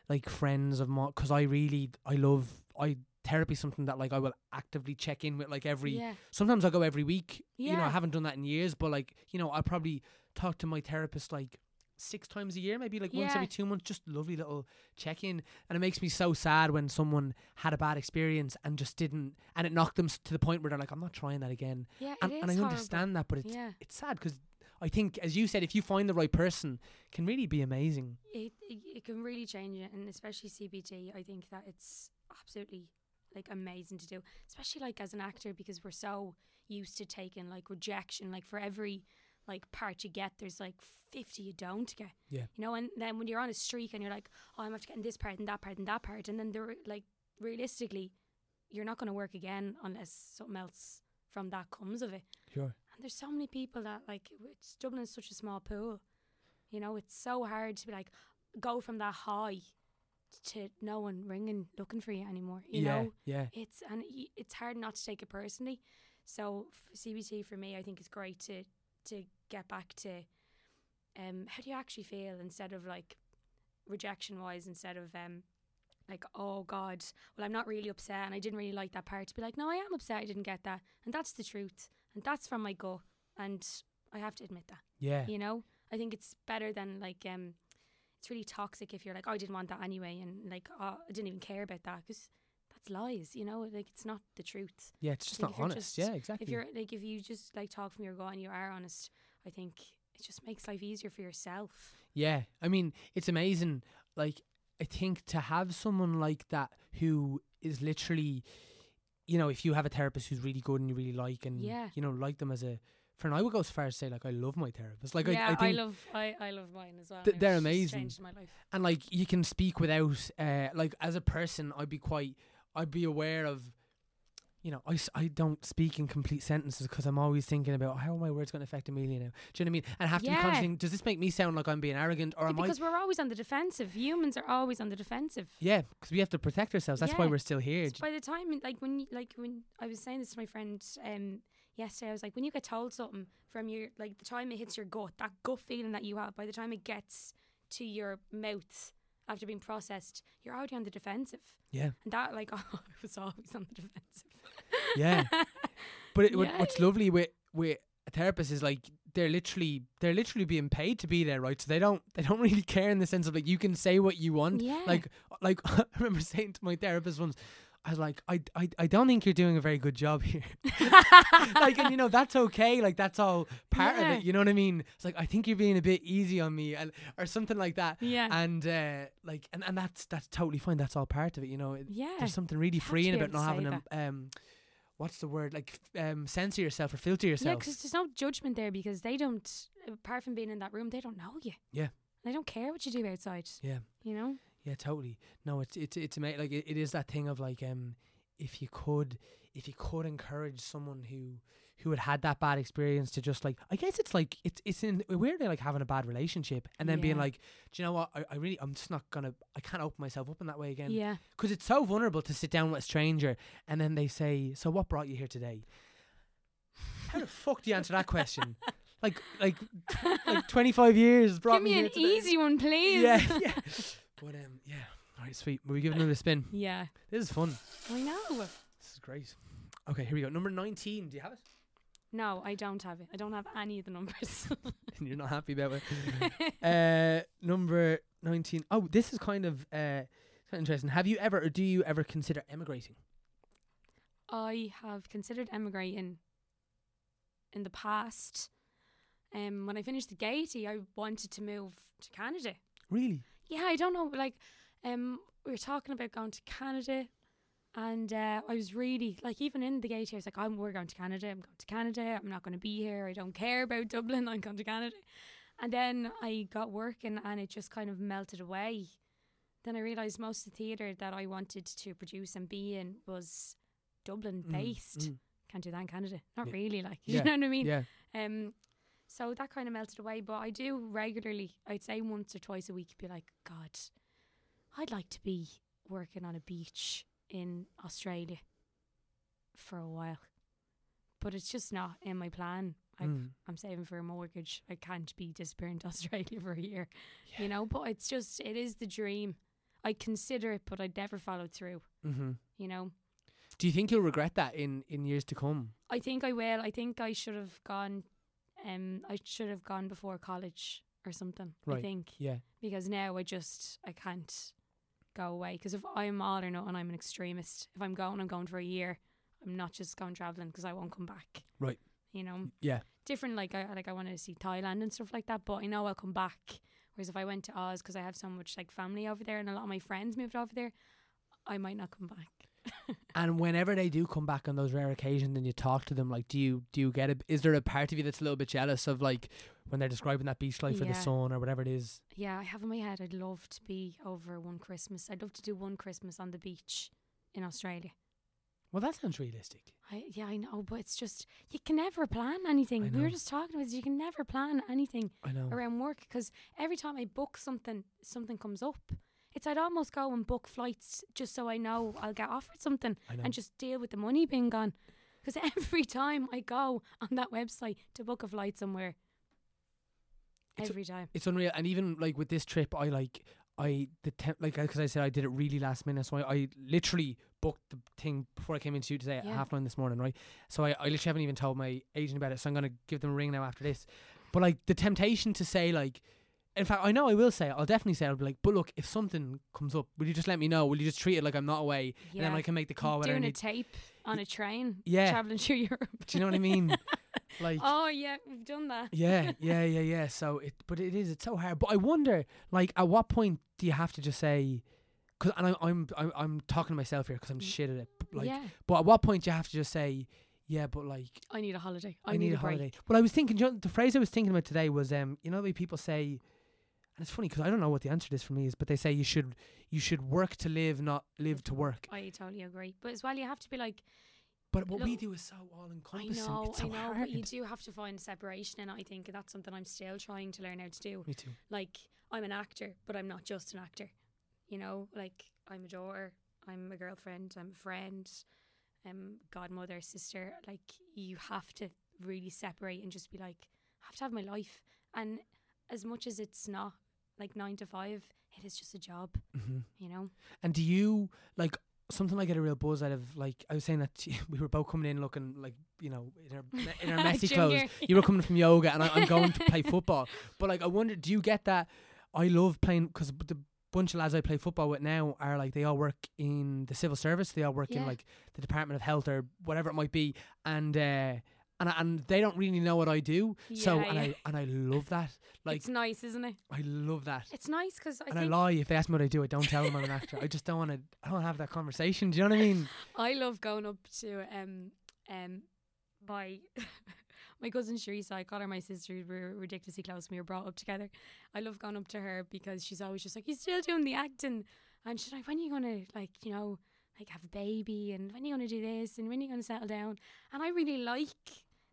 Speaker 1: like friends of mine because I really I love I therapy's something that like I will actively check in with like every
Speaker 3: yeah
Speaker 1: sometimes I go every week. You know, I
Speaker 3: Yeah.
Speaker 1: haven't done that in years, but like, you know, I probably talk to my therapist like six times a year, maybe like once
Speaker 3: Yeah.
Speaker 1: every two months, just lovely little check in. And it makes me so sad when someone had a bad experience and just didn't, and it knocked them s- to the point where they're like, I'm not trying that again.
Speaker 3: yeah it
Speaker 1: And,
Speaker 3: is
Speaker 1: and I
Speaker 3: horrible.
Speaker 1: understand that, but it's,
Speaker 3: yeah
Speaker 1: it's sad because I think, as you said, if you find the right person, can really be amazing.
Speaker 3: it, it it can really change it, and especially CBT. I think that it's absolutely like amazing to do, especially like as an actor because we're so used to taking like rejection. Like for every like part you get, there's like fifty you don't get.
Speaker 1: Yeah.
Speaker 3: you know, and then when you're on a streak and you're like, oh, I'm have to get in this part and that part and that part, and then they're like realistically, you're not going to work again unless something else from that comes of it.
Speaker 1: Sure.
Speaker 3: And there's so many people that like it's Dublin is such a small pool. You know, it's so hard to be like go from that high to no one ringing looking for you anymore. You
Speaker 1: yeah.
Speaker 3: know,
Speaker 1: Yeah.
Speaker 3: it's and y- it's hard not to take it personally. So f- CBT for me, I think it's great to to get back to um how do you actually feel instead of like rejection wise instead of um like oh god well i'm not really upset and i didn't really like that part to be like no i am upset i didn't get that and that's the truth and that's from my gut and i have to admit that
Speaker 1: Yeah.
Speaker 3: you know i think it's better than like um it's really toxic if you're like oh, i didn't want that anyway and like oh, i didn't even care about that because that's lies you know like it's not the truth
Speaker 1: Yeah. It's just
Speaker 3: Like,
Speaker 1: not
Speaker 3: if you're
Speaker 1: honest.
Speaker 3: just-
Speaker 1: yeah, exactly.
Speaker 3: if you're like if you just like talk from your gut and you are honest i think it just makes life easier for yourself
Speaker 1: Yeah, I mean, it's amazing. Like, I think to have someone like that who is literally, you know, if you have a therapist who's really good and you really like, and
Speaker 3: Yeah.
Speaker 1: you know, like them as a friend, I would go as far as say like I love my therapist. Like,
Speaker 3: yeah
Speaker 1: I, I think,
Speaker 3: love I, I love mine as well
Speaker 1: Th-
Speaker 3: It
Speaker 1: they're
Speaker 3: just
Speaker 1: amazing.
Speaker 3: changed my life
Speaker 1: and like you can speak without, uh, like as a person, I'd be quite, I'd be aware of. you know, I, s- I don't speak in complete sentences because I'm always thinking about how are my words going to affect Amelia now. Do you know what I mean? And I have to be
Speaker 3: Yeah.
Speaker 1: constantly thinking, does this make me sound like I'm being arrogant or
Speaker 3: Yeah,
Speaker 1: am I?
Speaker 3: because we're always on the defensive. Humans are always on the defensive.
Speaker 1: Yeah, because we have to protect ourselves. That's why
Speaker 3: Yeah.
Speaker 1: we're still here.
Speaker 3: It's by the time, like when, you, like when I was saying this to my friend um, yesterday, I was like, when you get told something from your, like the time it hits your gut, that gut feeling that you have, by the time it gets to your mouth after being processed, you're already on the defensive,
Speaker 1: Yeah,
Speaker 3: and that, like, oh, I was always on the defensive.
Speaker 1: yeah. But it, what-
Speaker 3: Yeah.
Speaker 1: what's lovely with with a therapist is like they're literally they're literally being paid to be there, right? So they don't they don't really care in the sense of like you can say what you want.
Speaker 3: Yeah.
Speaker 1: Like like I remember saying to my therapist once, I was like, I I, I don't think you're doing a very good job here. like and you know that's okay. Like that's all part
Speaker 3: Yeah.
Speaker 1: of it. You know what I mean? It's like I think you're being a bit easy on me, and or something like that.
Speaker 3: Yeah.
Speaker 1: And uh, like and, and that's that's totally fine. That's all part of it. You know. It-
Speaker 3: yeah.
Speaker 1: there's something really
Speaker 3: You have to
Speaker 1: freeing
Speaker 3: be
Speaker 1: about
Speaker 3: able to
Speaker 1: not
Speaker 3: say
Speaker 1: having a um what's the word like f- um censor yourself or filter
Speaker 3: Yeah,
Speaker 1: yourself
Speaker 3: because there's no judgment there because they don't, apart from being in that room, they don't know you.
Speaker 1: Yeah.
Speaker 3: They don't care what you do outside.
Speaker 1: Yeah.
Speaker 3: You know?
Speaker 1: yeah totally no it's it's it's ama- like it, it is that thing of like um if you could if you could encourage someone who who had had that bad experience to just like i guess it's like it's it's in weirdly like having a bad relationship and then being
Speaker 3: Yeah.
Speaker 1: like do you know what I, I really i'm just not gonna i can't open myself up in that way again
Speaker 3: yeah.
Speaker 1: because it's so vulnerable to sit down with a stranger and then they say, "So what brought you here today?" How the fuck do you answer that question? Like, like, like twenty five years brought
Speaker 3: Give me
Speaker 1: here
Speaker 3: an
Speaker 1: today.
Speaker 3: easy one, please.
Speaker 1: Yeah, yeah. But um, yeah. All right, sweet. Will we give it another spin?
Speaker 3: yeah.
Speaker 1: This is fun.
Speaker 3: I know.
Speaker 1: This is great. Okay, here we go. Number nineteen. Do you have it?
Speaker 3: No, I don't have it. I don't have any of the numbers.
Speaker 1: And you're not happy about it. uh, number nineteen. Oh, this is kind of uh, kind of interesting. Have you ever, or do you ever consider emigrating?
Speaker 3: I have considered emigrating in the past. Um, when I finished the Gaiety, I wanted to move to Canada.
Speaker 1: Really?
Speaker 3: Yeah, I don't know. Like, um, we were talking about going to Canada, and uh, I was really like, even in the gate, I was like, "I'm we're going to Canada. I'm going to Canada. I'm not going to be here. I don't care about Dublin. I'm going to Canada." And then I got working, and it just kind of melted away. Then I realized most of the theater that I wanted to produce and be in was Dublin
Speaker 1: Mm,
Speaker 3: based.
Speaker 1: mm.
Speaker 3: Can't do that in Canada. Not
Speaker 1: Yeah.
Speaker 3: really. Like, you
Speaker 1: Yeah,
Speaker 3: know what I mean?
Speaker 1: Yeah.
Speaker 3: Um, so that kind of melted away. But I do regularly, I'd say once or twice a week, be like, God, I'd like to be working on a beach in Australia for a while. But it's just not in my plan. I,
Speaker 1: Mm.
Speaker 3: I'm saving for a mortgage. I can't be disappearing to Australia for a year, you know. But it's just, it is the dream. I consider it, but I'd never follow through,
Speaker 1: Mm-hmm.
Speaker 3: you know.
Speaker 1: Do you think you'll regret that in in years to come?
Speaker 3: I think I will. I think I should have gone. Um, I should have gone before college or something.
Speaker 1: Right.
Speaker 3: I think
Speaker 1: Yeah.
Speaker 3: because now I just I can't go away because if I'm all or not and I'm an extremist, if I'm going, I'm going for a year. I'm not just going traveling because I won't come back.
Speaker 1: Right.
Speaker 3: You know,
Speaker 1: Yeah.
Speaker 3: different. Like I like I wanted to see Thailand and stuff like that, but I know I'll come back. Whereas if I went to Oz because I have so much like family over there and a lot of my friends moved over there, I might not come back.
Speaker 1: And whenever they do come back on those rare occasions, and you talk to them, like, do you do you get it? Is there a part of you that's a little bit jealous of like when they're describing that beach life or the
Speaker 3: Yeah.
Speaker 1: sun or whatever it is?
Speaker 3: Yeah, I have in my head. I'd love to be over one Christmas. I'd love to do one Christmas on the beach in Australia.
Speaker 1: Well, that sounds realistic.
Speaker 3: I, yeah, I know, but it's just you can never plan anything. We
Speaker 1: know.
Speaker 3: were just talking about this. You can never plan anything
Speaker 1: I know.
Speaker 3: around work because every time I book something, something comes up. It's I'd almost go and book flights just so I know I'll get offered something
Speaker 1: I know.
Speaker 3: and just deal with the money being gone. Because every time I go on that website to book a flight somewhere,
Speaker 1: It's a-
Speaker 3: every time.
Speaker 1: it's unreal. And even like with this trip, I like I the temp like because I said I did it really last minute, so I, I literally booked the thing before I came into you today at
Speaker 3: Yeah.
Speaker 1: half nine this morning, right? So I, I literally haven't even told my agent about it, so I'm gonna give them a ring now after this. But like the temptation to say like. In fact, I know I will say it. I'll definitely say it. I'll be like, but look, if something comes up, will you just let me know? Will you just treat it like I'm not away, and then I can make the call whether I
Speaker 3: doing a
Speaker 1: need.
Speaker 3: tape on a train.
Speaker 1: Yeah.
Speaker 3: traveling through Europe.
Speaker 1: Do you know what I mean? like,
Speaker 3: Oh yeah, we've done that.
Speaker 1: yeah, yeah, yeah, yeah. So it, but it is, it's so hard. But I wonder, like, at what point do you have to just say? Cause and I'm I'm I'm, I'm talking to myself here because I'm shit at it. b- Like,
Speaker 3: Mm. yeah,
Speaker 1: but at what point do you have to just say, yeah, but like,
Speaker 3: I need a holiday.
Speaker 1: I, need, a
Speaker 3: break.
Speaker 1: holiday. Well, I was thinking, do you know, the phrase I was thinking about today was, um, you know, the way people say, and it's funny because I don't know what the answer to this for me is, but they say you should you should work to live, not live to work.
Speaker 3: I totally agree. But as well, you have to be like,
Speaker 1: But what we
Speaker 3: Look,
Speaker 1: do is so all
Speaker 3: I
Speaker 1: encompassing.
Speaker 3: know,
Speaker 1: it's so
Speaker 3: I know,
Speaker 1: hard.
Speaker 3: but you do have to find separation, and I think that's something I'm still trying to learn how to do.
Speaker 1: Me too.
Speaker 3: Like, I'm an actor, but I'm not just an actor. You know, like I'm a daughter, I'm a girlfriend, I'm a friend, um, godmother, sister. Like, you have to really separate and just be like, I have to have my life. And as much as it's not like nine to five, it is just a job.
Speaker 1: hmm
Speaker 3: You know,
Speaker 1: And do you like something I get a real buzz out of? Like I was saying that to you, we were both coming in looking like you know in our me- in our messy clothes.
Speaker 3: Junior.
Speaker 1: You were coming from yoga, and I, I'm going to play football. But like I wonder, do you get that? I love playing because the bunch of lads I play football with now are like they all work in the civil service. They all work in
Speaker 3: Yeah.
Speaker 1: like the Department of Health or whatever it might be, and. uh and, I- and they don't really know what I do, so
Speaker 3: Yeah,
Speaker 1: and
Speaker 3: yeah.
Speaker 1: I and I love that. Like
Speaker 3: it's nice, isn't it?
Speaker 1: I love that
Speaker 3: It's nice because I
Speaker 1: and I
Speaker 3: think
Speaker 1: lie if they ask me what I do. I don't tell them I'm an actor. I just don't want to. I don't wanna have that conversation. Do you know what I mean?
Speaker 3: I love going up to um um my my cousin Sharisa, I call her my sister, we were ridiculously close when we were brought up together. I love going up to her because she's always just like, You still doing the acting and she's like, When are you gonna like, you know, like have a baby and when are you gonna do this and when are you gonna settle down? And I really like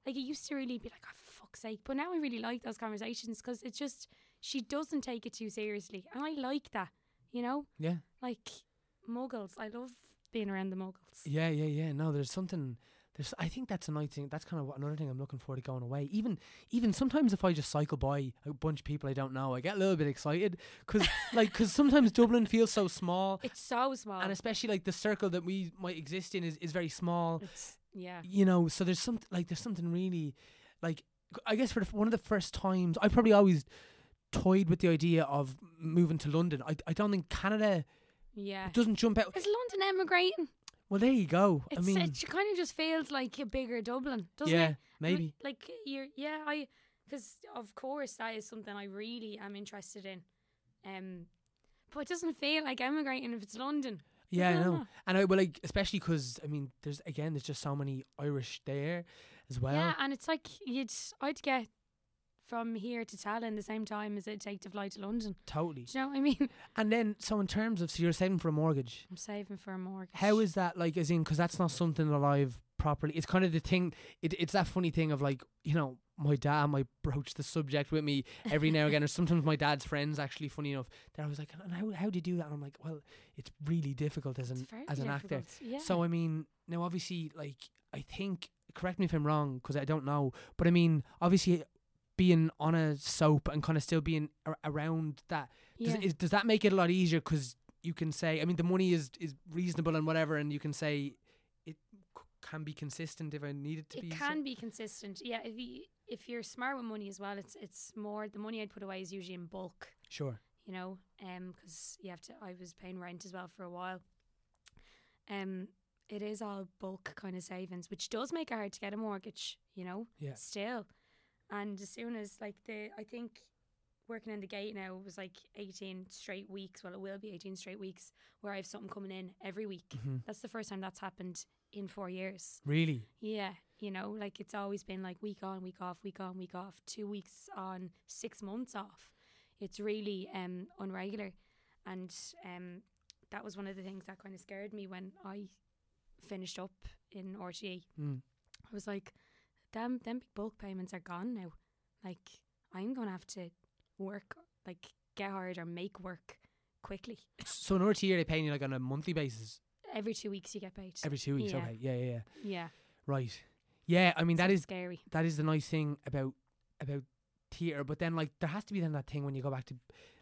Speaker 3: like it used to really be like, Oh for fuck's sake but now I really like those conversations because it's just she doesn't take it too seriously and I like that, you know?
Speaker 1: Yeah,
Speaker 3: like muggles. I love being around the muggles.
Speaker 1: yeah, yeah, yeah. No, there's something. There's. I think that's a nice thing. That's kind of another thing I'm looking forward to going away. Even, even sometimes if I just cycle by a bunch of people I don't know, I get a little bit excited because, like, because sometimes Dublin feels so small,
Speaker 3: It's so small.
Speaker 1: and especially like the circle that we might exist in is is very small.
Speaker 3: it's yeah.
Speaker 1: you know so there's something like there's something really like i guess for the, f- one of the first times i probably always toyed with the idea of moving to london i, I don't think canada
Speaker 3: Yeah.
Speaker 1: doesn't jump out
Speaker 3: Is London emigrating?
Speaker 1: well there you go
Speaker 3: It's,
Speaker 1: i mean
Speaker 3: it kind of just feels like a bigger Dublin, doesn't
Speaker 1: yeah
Speaker 3: it?
Speaker 1: maybe
Speaker 3: Like you're yeah, I because of course that is something I really am interested in. Um but it doesn't feel like emigrating if it's London.
Speaker 1: yeah i
Speaker 3: don't
Speaker 1: know
Speaker 3: know.
Speaker 1: and i well like especially 'cause i mean there's again there's just so many irish there as well
Speaker 3: yeah, and it's like you'd I'd get from here to Tallinn the same time as it'd take to fly to London.
Speaker 1: totally
Speaker 3: Do you know what I mean?
Speaker 1: and then so in terms of so you're saving for a mortgage
Speaker 3: I'm saving for a mortgage.
Speaker 1: How is that like? As in, because that's not something that I've properly. It's kind of the thing. It, it's that funny thing of like you know my dad might broach the subject with me every now and again, or sometimes my dad's friends actually. Funny enough, they're always like, "And how how do you do that?" And I'm like, "Well, it's really difficult as
Speaker 3: It's
Speaker 1: an
Speaker 3: very
Speaker 1: as an actor."
Speaker 3: difficult, Yeah.
Speaker 1: So I mean, now obviously, like I think, correct me if I'm wrong, because I don't know, but I mean, obviously, being on a soap and kind of still being ar- around that does,
Speaker 3: yeah.
Speaker 1: is, does that make it a lot easier? Because you can say, I mean, the money is is reasonable and whatever, and you can say it c- can be consistent if I need it to be.
Speaker 3: it
Speaker 1: so-
Speaker 3: can be consistent. Yeah, if you if you're smart with money as well, it's it's more the money I'd put away is usually in bulk.
Speaker 1: Sure.
Speaker 3: You know, um, because you have to. I was paying rent as well for a while. Um, it is all bulk kind of savings, which does make it hard to get a mortgage. You know,
Speaker 1: Yeah.
Speaker 3: still, and as soon as like the I think working in the gate now was like 18 straight weeks well it will be 18 straight weeks where i have something coming in every week
Speaker 1: Mhm.
Speaker 3: that's the first time that's happened in four years
Speaker 1: Really.
Speaker 3: yeah, you know, like it's always been like week on, week off, week on, week off, two weeks on, six months off. It's really um unregular, and um that was one of the things that kind of scared me when I finished up in RTE.
Speaker 1: Mm.
Speaker 3: I was like, them them big bulk payments are gone now. Like I'm gonna have to work, like get hard or make work quickly.
Speaker 1: So in order to year, they paying you like on a monthly basis
Speaker 3: Every two weeks you get paid.
Speaker 1: every two weeks.
Speaker 3: Yeah.
Speaker 1: Okay. Yeah, yeah, yeah.
Speaker 3: yeah,
Speaker 1: Right. Yeah. I mean, that
Speaker 3: so
Speaker 1: is
Speaker 3: scary.
Speaker 1: that is the nice thing about about theater. But then like there has to be then that thing when you go back to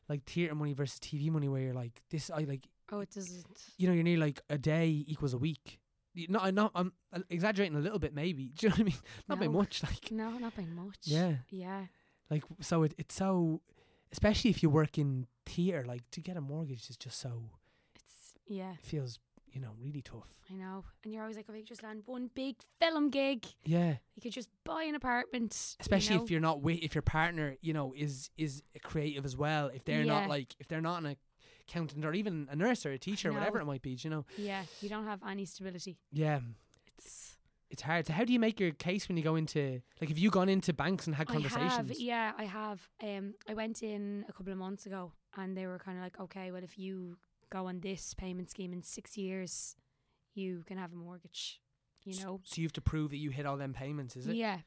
Speaker 1: like theater money versus TV money, where you're like this. I like
Speaker 3: Oh, it doesn't.
Speaker 1: you know you're near like a day equals a week. You- No, I'm not. I'm uh, exaggerating a little bit, maybe. Do you know what I mean? Not by
Speaker 3: No.
Speaker 1: much, like
Speaker 3: No, not by much.
Speaker 1: yeah,
Speaker 3: Yeah.
Speaker 1: like so. It, it's so, especially if you work in theater, like to get a mortgage is just so.
Speaker 3: It's yeah,
Speaker 1: It feels you know really tough.
Speaker 3: I know. And you're always like, if I could just land one big film gig,
Speaker 1: Yeah,
Speaker 3: you could just buy an apartment.
Speaker 1: especially
Speaker 3: you know?
Speaker 1: if you're not with if your partner, you know, is is a creative as well. If they're
Speaker 3: Yeah.
Speaker 1: not like if they're not an accountant or even a nurse or a teacher, or
Speaker 3: know.
Speaker 1: whatever it might be, do you know.
Speaker 3: yeah, you don't have any stability.
Speaker 1: Yeah,
Speaker 3: It's
Speaker 1: it's hard. So how do you make your case when you go into like have you gone into banks and had
Speaker 3: I
Speaker 1: conversations?
Speaker 3: have, yeah, I have. Um, I went in a couple of months ago, and they were kind of like, okay, well, if you go on this payment scheme in six years, you can have a mortgage. you know.
Speaker 1: So you have to prove that you hit all them payments, is it?
Speaker 3: Yeah,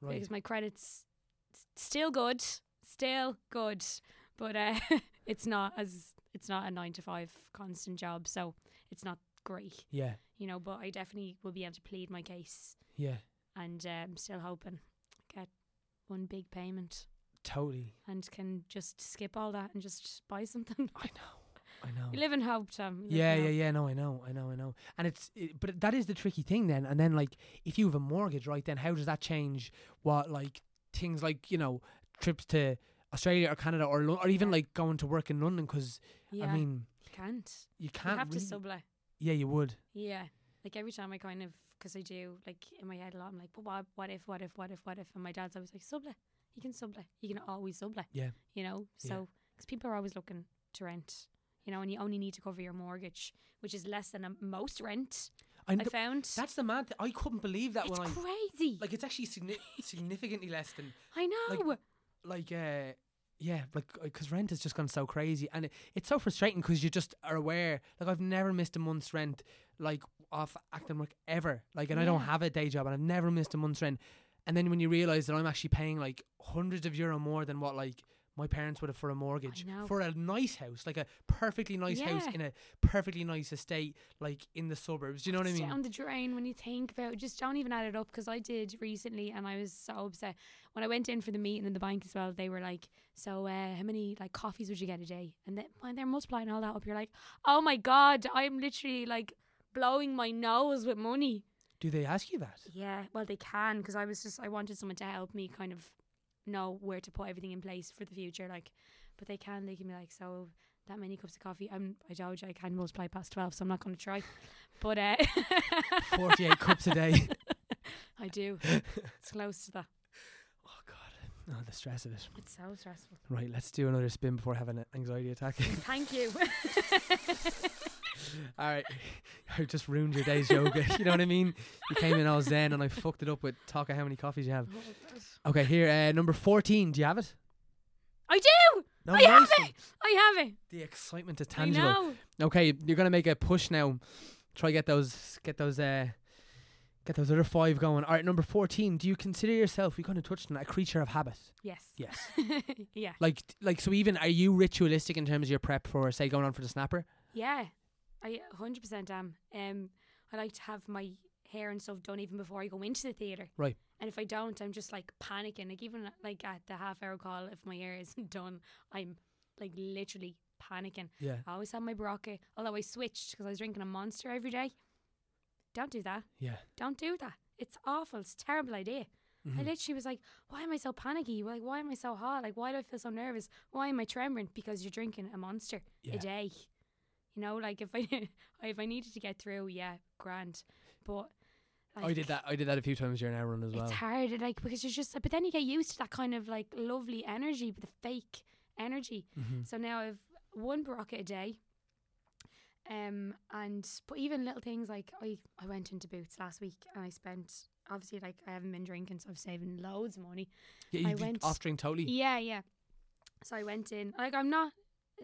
Speaker 1: Right.
Speaker 3: because my credit's s- still good, still good, but uh, it's not as it's not a nine to five constant job, so it's not great,
Speaker 1: Yeah.
Speaker 3: you know. But I definitely will be able to plead my case,
Speaker 1: Yeah.
Speaker 3: and uh, I'm still hoping get one big payment
Speaker 1: Totally.
Speaker 3: and can just skip all that and just buy something.
Speaker 1: I know. I know.
Speaker 3: You live in hope, Tom. you live in
Speaker 1: Yeah, yeah,
Speaker 3: hope.
Speaker 1: yeah. No, I know, I know, I know. And it's, it, but that is the tricky thing then. And then, like, if you have a mortgage, right, then how does that change what, like, things like, you know, trips to Australia or Canada or, Lo- or even
Speaker 3: Yeah.
Speaker 1: like going to work in London? Because,
Speaker 3: Yeah,
Speaker 1: I mean,
Speaker 3: you can't.
Speaker 1: you
Speaker 3: You
Speaker 1: can't.
Speaker 3: have to
Speaker 1: really-
Speaker 3: sublet.
Speaker 1: yeah, you would.
Speaker 3: Yeah. Like every time I kind of, because I do, like in my head a lot, I'm like, but what, what if, what if, what if, what if? And my dad's always like, sublet. You can sublet. You can always sublet.
Speaker 1: Yeah.
Speaker 3: You know?
Speaker 1: Yeah.
Speaker 3: So, because people are always looking to rent, you know, and you only need to cover your mortgage, which is less than a, most rent,
Speaker 1: And
Speaker 3: I
Speaker 1: th-
Speaker 3: found.
Speaker 1: that's the mad. Th- I couldn't believe that
Speaker 3: it's
Speaker 1: when I
Speaker 3: crazy.
Speaker 1: like. It's actually signi- significantly less than
Speaker 3: I know.
Speaker 1: like uh yeah like because rent has just gone so crazy and it, it's so frustrating because you just are aware like i've never missed a month's rent like off acting work ever like and i don't
Speaker 3: Yeah.
Speaker 1: have a day job and i've never missed a month's rent and then when you realize that i'm actually paying like hundreds of euro more than what like my parents would have for a mortgage
Speaker 3: know.
Speaker 1: for a nice house like a perfectly nice house
Speaker 3: Yeah.
Speaker 1: in a perfectly nice estate like in the suburbs do you know what i
Speaker 3: It's
Speaker 1: mean
Speaker 3: down the drain when you think about it. Just don't even add it up because I did recently and I was so upset. When I went in for the meeting in the bank as well, they were like, So, uh, how many like coffees would you get a day? And then when they're multiplying all that up, you're like, Oh my God, I'm literally like blowing my nose with money.
Speaker 1: do they ask you that
Speaker 3: Yeah, well, they can because I was just, I wanted someone to help me kind of know where to put everything in place for the future. Like, but they can, they can be like, so that many cups of coffee. I'm, I told you I can multiply past 12, so I'm not going to try. But, uh,
Speaker 1: 48 cups a day
Speaker 3: I do. It's close to that.
Speaker 1: oh god oh the stress of it
Speaker 3: It's so stressful.
Speaker 1: Right, let's do another spin before having an anxiety attack.
Speaker 3: Thank you.
Speaker 1: all right, I just ruined your day's yoga. You know what I mean? You came in all zen and I fucked it up with talk of how many coffees you have.
Speaker 3: Oh,
Speaker 1: Okay, here, uh, number 14. Do you have it?
Speaker 3: I do.
Speaker 1: No,
Speaker 3: I have
Speaker 1: Oh, one.
Speaker 3: it. I have it.
Speaker 1: The excitement is
Speaker 3: I
Speaker 1: tangible.
Speaker 3: know.
Speaker 1: Okay, you're going to make a push now. Try get those get those uh get those other five going. All right, number 14. Do you consider yourself we kind of touched on it, a creature of habit?
Speaker 3: Yes.
Speaker 1: Yes.
Speaker 3: yeah.
Speaker 1: Like like so even are you ritualistic in terms of your prep for say going on for the snapper?
Speaker 3: Yeah. I 100% am. Um, I like to have my hair and stuff done even before I go into the theatre.
Speaker 1: Right.
Speaker 3: And if I don't, I'm just like panicking. Like even like at the half hour call, if my hair isn't done, I'm like literally panicking.
Speaker 1: Yeah.
Speaker 3: I always have my Barocca, although I switched because I was drinking a monster every day. Don't do that.
Speaker 1: Yeah.
Speaker 3: don't do that. It's awful. It's a terrible idea.
Speaker 1: mm-hmm.
Speaker 3: I
Speaker 1: Mm.
Speaker 3: literally was like, why am I so panicky? Like, why am I so hot? Like, why do I feel so nervous? Why am I trembling? Because you're drinking a monster
Speaker 1: Yeah.
Speaker 3: a day. You know, like if I if I needed to get through, yeah, grand. But
Speaker 1: I Oh, did that. I did that a few times during our run as well.
Speaker 3: It's hard, it, like because you're just. But then you get used to that kind of like lovely energy, but the fake energy.
Speaker 1: Mm-hmm. Mm.
Speaker 3: So now I've one Barocca a day. Um and but even little things like I I went into Boots last week and I spent obviously like I haven't been drinking so I'm saving loads of money.
Speaker 1: Yeah,
Speaker 3: I
Speaker 1: you did
Speaker 3: went-
Speaker 1: off drink totally.
Speaker 3: Yeah, yeah. So I went in like I'm not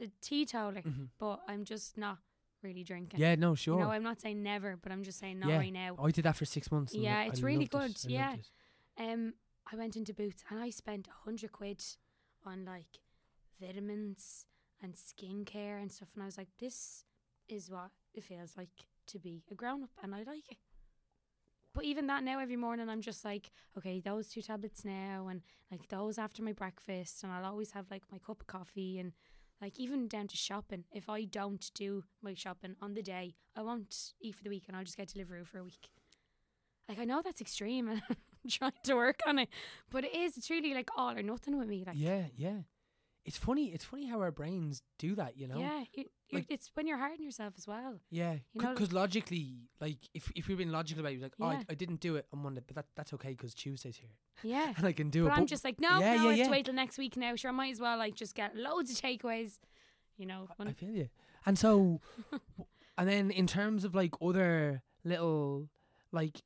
Speaker 3: a teetotaler,
Speaker 1: Mhm.
Speaker 3: but I'm just not really drinking.
Speaker 1: Yeah, no, sure.
Speaker 3: You know, I'm not saying never, but I'm just saying not
Speaker 1: yeah.
Speaker 3: right now.
Speaker 1: I did that for six months. and
Speaker 3: Yeah,
Speaker 1: I- I
Speaker 3: it's really
Speaker 1: loved it. I
Speaker 3: good,
Speaker 1: loved
Speaker 3: yeah.
Speaker 1: it.
Speaker 3: Um, I went into Boots and I spent a hundred quid on like vitamins and skincare and stuff, and I was like, this is what it feels like to be a grown up, and I like it. But even that now, every morning I'm just like, okay, those two tablets now, and like those after my breakfast, and I'll always have like my cup of coffee, and like even down to shopping. If I don't do my shopping on the day, I won't eat for the week, and I'll just get Deliveroo for a week. Like I know that's extreme, and I'm trying to work on it, but it is. It's really like all or nothing with me. Like
Speaker 1: yeah, yeah. It's funny. It's funny how our brains do that. You know.
Speaker 3: yeah, you, you
Speaker 1: Like-
Speaker 3: it's when you're hard on yourself as well.
Speaker 1: Yeah,
Speaker 3: You know, like-
Speaker 1: because logically, like if if we've been logical about it, like oh,
Speaker 3: Yeah.
Speaker 1: I, I didn't do it on Monday, but that that's okay because Tuesday's here
Speaker 3: Yeah.
Speaker 1: and I can do
Speaker 3: But
Speaker 1: it.
Speaker 3: I'm just like, no,
Speaker 1: yeah,
Speaker 3: no,
Speaker 1: yeah,
Speaker 3: I have
Speaker 1: yeah.
Speaker 3: to wait till next week now. Sure, I might as well like just get loads of takeaways. You know,
Speaker 1: I-
Speaker 3: when
Speaker 1: I feel you. And so, w- and then in terms of like other little, like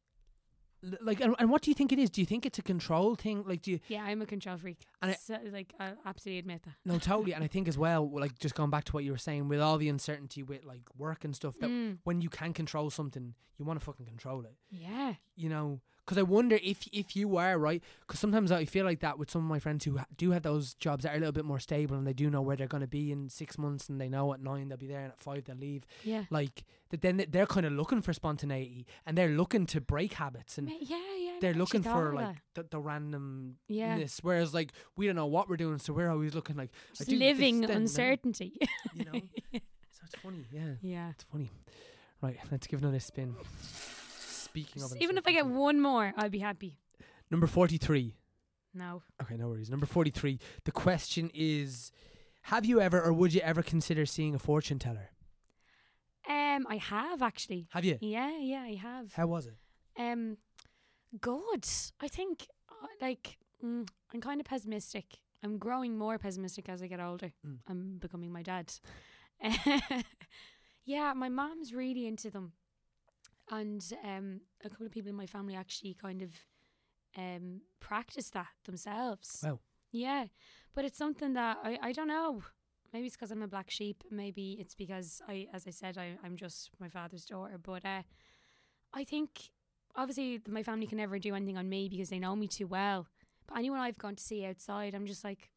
Speaker 1: L- Like, and, and what do you think it is? Do you think it's a control thing? Like, do you?
Speaker 3: Yeah, I'm a control freak.
Speaker 1: And I-
Speaker 3: so, like, I absolutely admit that.
Speaker 1: No, totally. and I think as well, like, just going back to what you were saying, with all the uncertainty with like work and stuff, that
Speaker 3: Mm.
Speaker 1: when you can control something, you want to fucking control it.
Speaker 3: Yeah.
Speaker 1: you know because i wonder if if you are right because sometimes i feel like that with some of my friends who ha- do have those jobs that are a little bit more stable and they do know where they're going to be in six months and they know at nine they'll be there and at five they'll leave
Speaker 3: Yeah.
Speaker 1: like that then th- they're kind of looking for spontaneity and they're looking to break habits and
Speaker 3: Ma- yeah, yeah. I
Speaker 1: they're
Speaker 3: never actually
Speaker 1: looking
Speaker 3: thought
Speaker 1: for
Speaker 3: of
Speaker 1: like
Speaker 3: that.
Speaker 1: the, the randomness
Speaker 3: Yeah.
Speaker 1: whereas like we don't know what we're doing so we're always looking like I
Speaker 3: Just
Speaker 1: do this
Speaker 3: living
Speaker 1: then, then,
Speaker 3: uncertainty.
Speaker 1: you know so it's funny yeah
Speaker 3: yeah.
Speaker 1: it's funny right let's give another spin speaking of
Speaker 3: Just even if I get
Speaker 1: uncertainty.
Speaker 3: one more, I'll be happy.
Speaker 1: number 43
Speaker 3: No.
Speaker 1: Okay, no worries. Number 43. The question is Have you ever or would you ever consider seeing a fortune teller?
Speaker 3: Um, I have actually.
Speaker 1: Have you?
Speaker 3: Yeah, yeah, I have.
Speaker 1: How was it?
Speaker 3: Um, good. I think uh, like mm, I'm kind of pessimistic. I'm growing more pessimistic as I get older.
Speaker 1: Mm.
Speaker 3: I'm becoming my dad. yeah, my mom's really into them, and um, a couple of people in my family actually kind of um practice that themselves.
Speaker 1: Wow.
Speaker 3: Yeah, but it's something that I I don't know. Maybe it's because I'm a black sheep. Maybe it's because I, as I said, I, I'm just my father's daughter. But uh, I think obviously th- my family can never do anything on me because they know me too well. But anyone I've gone to see outside, I'm just like,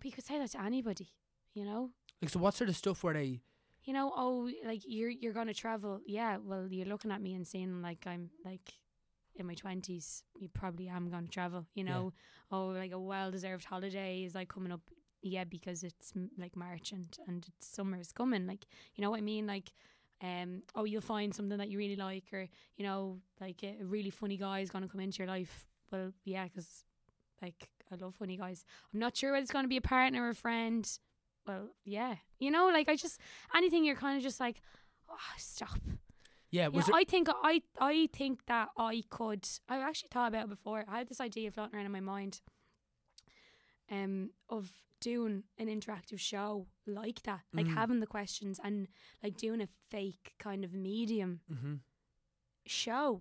Speaker 3: but you could say that to anybody, you know?
Speaker 1: Like, so what sort of stuff were they?
Speaker 3: You know, oh, like you're you're gonna travel, yeah. Well, you're looking at me and saying like I'm like in my twenties. You probably am gonna travel. You
Speaker 1: Yeah.
Speaker 3: know, oh, like a well deserved holiday is like coming up, yeah, because it's m- like March and and it's summer is coming. Like you know what I mean, like. Um, oh, you'll find something that you really like, or you know, like a a really funny guy is going to come into your life. Well, yeah, 'cause like I love funny guys. I'm not sure whether it's going to be a partner or a friend. Well, yeah, you know, like I just anything you're kind of just like, oh, stop.
Speaker 1: Yeah,
Speaker 3: Yeah,
Speaker 1: Uh, was
Speaker 3: I think I I think that I could. I actually thought about it before. I had this idea floating around in my mind, um, of doing an interactive show like that, like
Speaker 1: Mm.
Speaker 3: having the questions and like doing a fake kind of medium
Speaker 1: there. hmm
Speaker 3: show.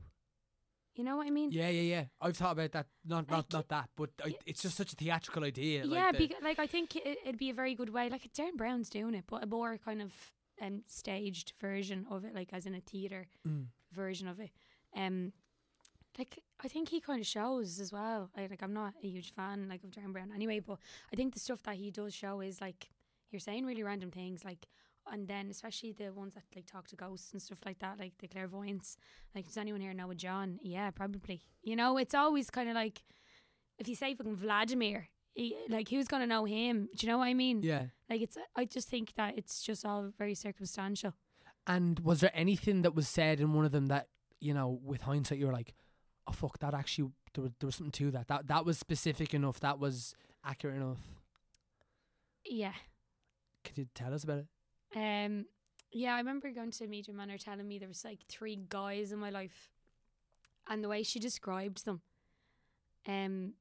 Speaker 3: You know what I mean?
Speaker 1: Yeah, yeah, yeah. I've thought about that. Not not,
Speaker 3: Like,
Speaker 1: not that, but I,
Speaker 3: y-
Speaker 1: it's just such a theatrical idea.
Speaker 3: yeah,
Speaker 1: like the-
Speaker 3: because like I think it, it'd be a very good way. Like Darren Brown's doing it, but a more kind of um staged version of it, like as in a theater
Speaker 1: Mm.
Speaker 3: version of it. Um, like I think he kind of shows as well. I, like I'm not a huge fan like of Darren Brown anyway, but I think the stuff that he does show is like you're saying really random things, like and then especially the ones that like talk to ghosts and stuff like that, like the clairvoyance. Like does anyone here know a John? Yeah, probably. You know, it's always kind of like if you say fucking Vladimir, he, like who's gonna know him? Do you know what I mean?
Speaker 1: yeah.
Speaker 3: Like it's I just think that it's just all very circumstantial.
Speaker 1: And was there anything that was said in one of them that you know, with hindsight, you were like, oh fuck, that actually there was there was something to that. That that was specific enough. That was accurate enough.
Speaker 3: Yeah.
Speaker 1: Could you tell us about it?
Speaker 3: Um, yeah, I remember going to a media manor telling me there was like three guys in my life, and the way she described them, um,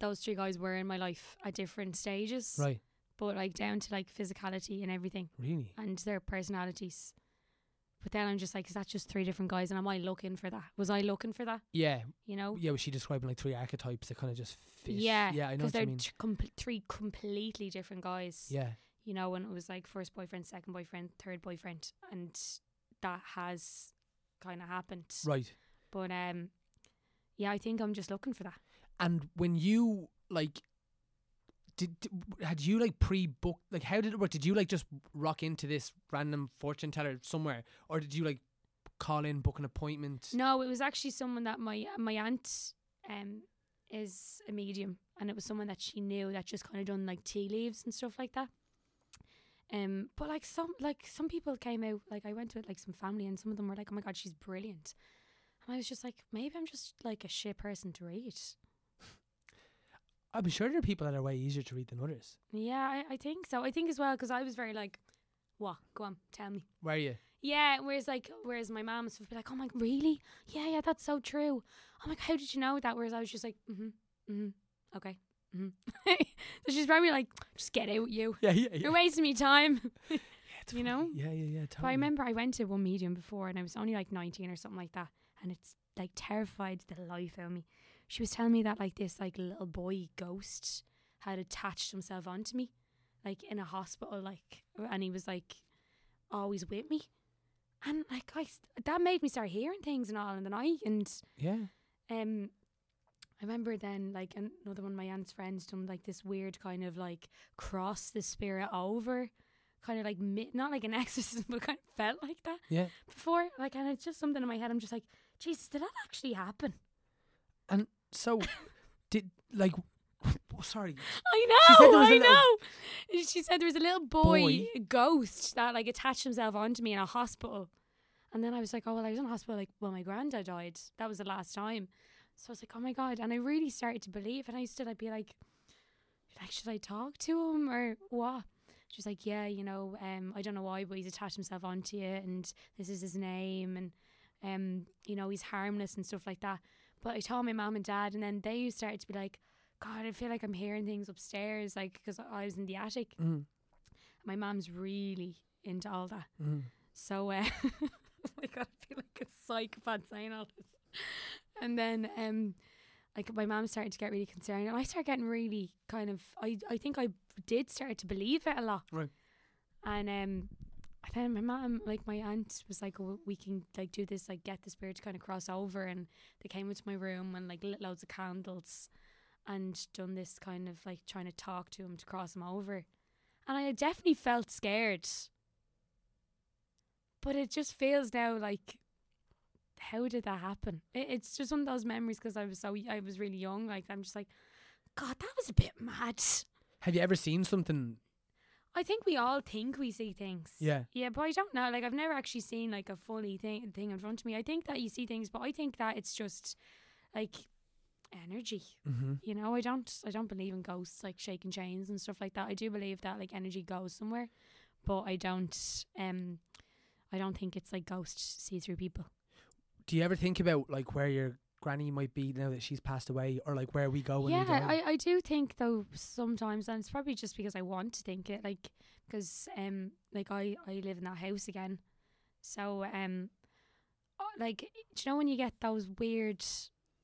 Speaker 3: those three guys were in my life at different stages,
Speaker 1: Right.
Speaker 3: But like down to like physicality and everything,
Speaker 1: Really.
Speaker 3: and their personalities. But then I'm just like, is that just three different guys? And am I looking for that? Was I looking for that?
Speaker 1: Yeah,
Speaker 3: You know?
Speaker 1: yeah, was she describing like three archetypes that kind of just fit?
Speaker 3: oh. Yeah,
Speaker 1: yeah, I know
Speaker 3: because
Speaker 1: what
Speaker 3: they're
Speaker 1: you mean.
Speaker 3: t- comple- three completely different guys.
Speaker 1: yeah,
Speaker 3: you know, and it was like first boyfriend, second boyfriend, third boyfriend, and that has kind of happened.
Speaker 1: right.
Speaker 3: But um, yeah, I think I'm just looking for that.
Speaker 1: And when you like, did, d had you like pre-booked? Like, how did it work? Did you like just rock into this random fortune teller somewhere, or did you like call in, book an appointment?
Speaker 3: No, it was actually someone that my my aunt um is a medium, and it was someone that she knew that just kind of done like tea leaves and stuff like that. Um, but like some like some people came out like I went with like some family, and some of them were like, "Oh my god, she's brilliant," and I was just like, maybe I'm just like a shit person to read.
Speaker 1: I'm sure there are people that are way easier to read than others.
Speaker 3: Yeah, I, I think so. I think as well because I was very like, "What? Go on, tell me."
Speaker 1: Were you?
Speaker 3: Yeah. Whereas like, whereas my mom would be like, "Oh my, really? Yeah, yeah, that's so true." I'm like, "How did you know that?" Whereas I was just like, "Mm-hmm, mm-hmm, okay." Mm-hmm. so she's probably like, "Just get out, you.
Speaker 1: Yeah, yeah, yeah.
Speaker 3: You're wasting me time."
Speaker 1: It's
Speaker 3: you
Speaker 1: funny.
Speaker 3: know?
Speaker 1: Yeah, yeah, yeah. Totally.
Speaker 3: But I remember I went to one medium before and I was only like 19 or something like that. And it's like terrified the life out of me. She was telling me that like this like little boy ghost had attached himself onto me, like in a hospital, like and he was like always with me, and like I s- that made me start hearing things and all in the night and.
Speaker 1: Yeah.
Speaker 3: Um, I remember then, like an- another one of my aunt's friends done like this weird kind of like cross the spirit over, kind of like mi- not like an exorcism, but kind of felt like that
Speaker 1: Yeah.
Speaker 3: before. Like, and it's just something in my head. I'm just like, Jesus, did that actually happen?
Speaker 1: So, did like? Sorry.
Speaker 3: I
Speaker 1: She said there
Speaker 3: know,
Speaker 1: was a
Speaker 3: I
Speaker 1: little
Speaker 3: know. She said there was a little boy,
Speaker 1: boy.
Speaker 3: ghost that like attached himself onto me in a hospital, and then I was like, oh well, I was in a hospital. Like, well, my granddad died. That was the last time. So I was like, oh my god, and I really started to believe. And I used to like be like, like should I talk to him or what? She's like, yeah, you know, um, I don't know why, but he's attached himself onto you, and this is his name, and um, you know, he's harmless and stuff like that. But I told my mum and dad, and then they started to be like, God, I feel like I'm hearing things upstairs, like because I was in the attic.
Speaker 1: Mm,
Speaker 3: My mum's really into all that,
Speaker 1: mm.
Speaker 3: so uh, oh my God, I feel like a psychopath saying all this. And then, um, like my mum started to get really concerned, and I started getting really kind of, I, I think I did start to believe it a lot.
Speaker 1: Right.
Speaker 3: And um, then my mum, like my aunt, was like, oh, we can like do this, like get the spirit to kind of cross over, and they came into my room and like lit loads of candles and done this kind of like trying to talk to him to cross him over. And I definitely felt scared. But it just feels now like, how did that happen? It, it's just one of those memories because I was so, I was really young. Like, I'm just like, God, that was a bit mad.
Speaker 1: Have you ever seen something?
Speaker 3: I think we all think we see things.
Speaker 1: Yeah.
Speaker 3: Yeah, but I don't know. Like I've never actually seen like a fully thing thing in front of me. I think that you see things, but I think that it's just like energy.
Speaker 1: Mm-hmm.
Speaker 3: You know, I don't I don't believe in ghosts like shaking chains and stuff like that. I do believe that like energy goes somewhere, but I don't um I don't think it's like ghosts see through people.
Speaker 1: Do you ever think about like where your granny might be now that she's passed away, or like where we go when
Speaker 3: yeah,
Speaker 1: we die?
Speaker 3: I, I do think though sometimes, and it's probably just because I want to think it, like because um like I I live in that house again, so um uh, like do you know when you get those weird,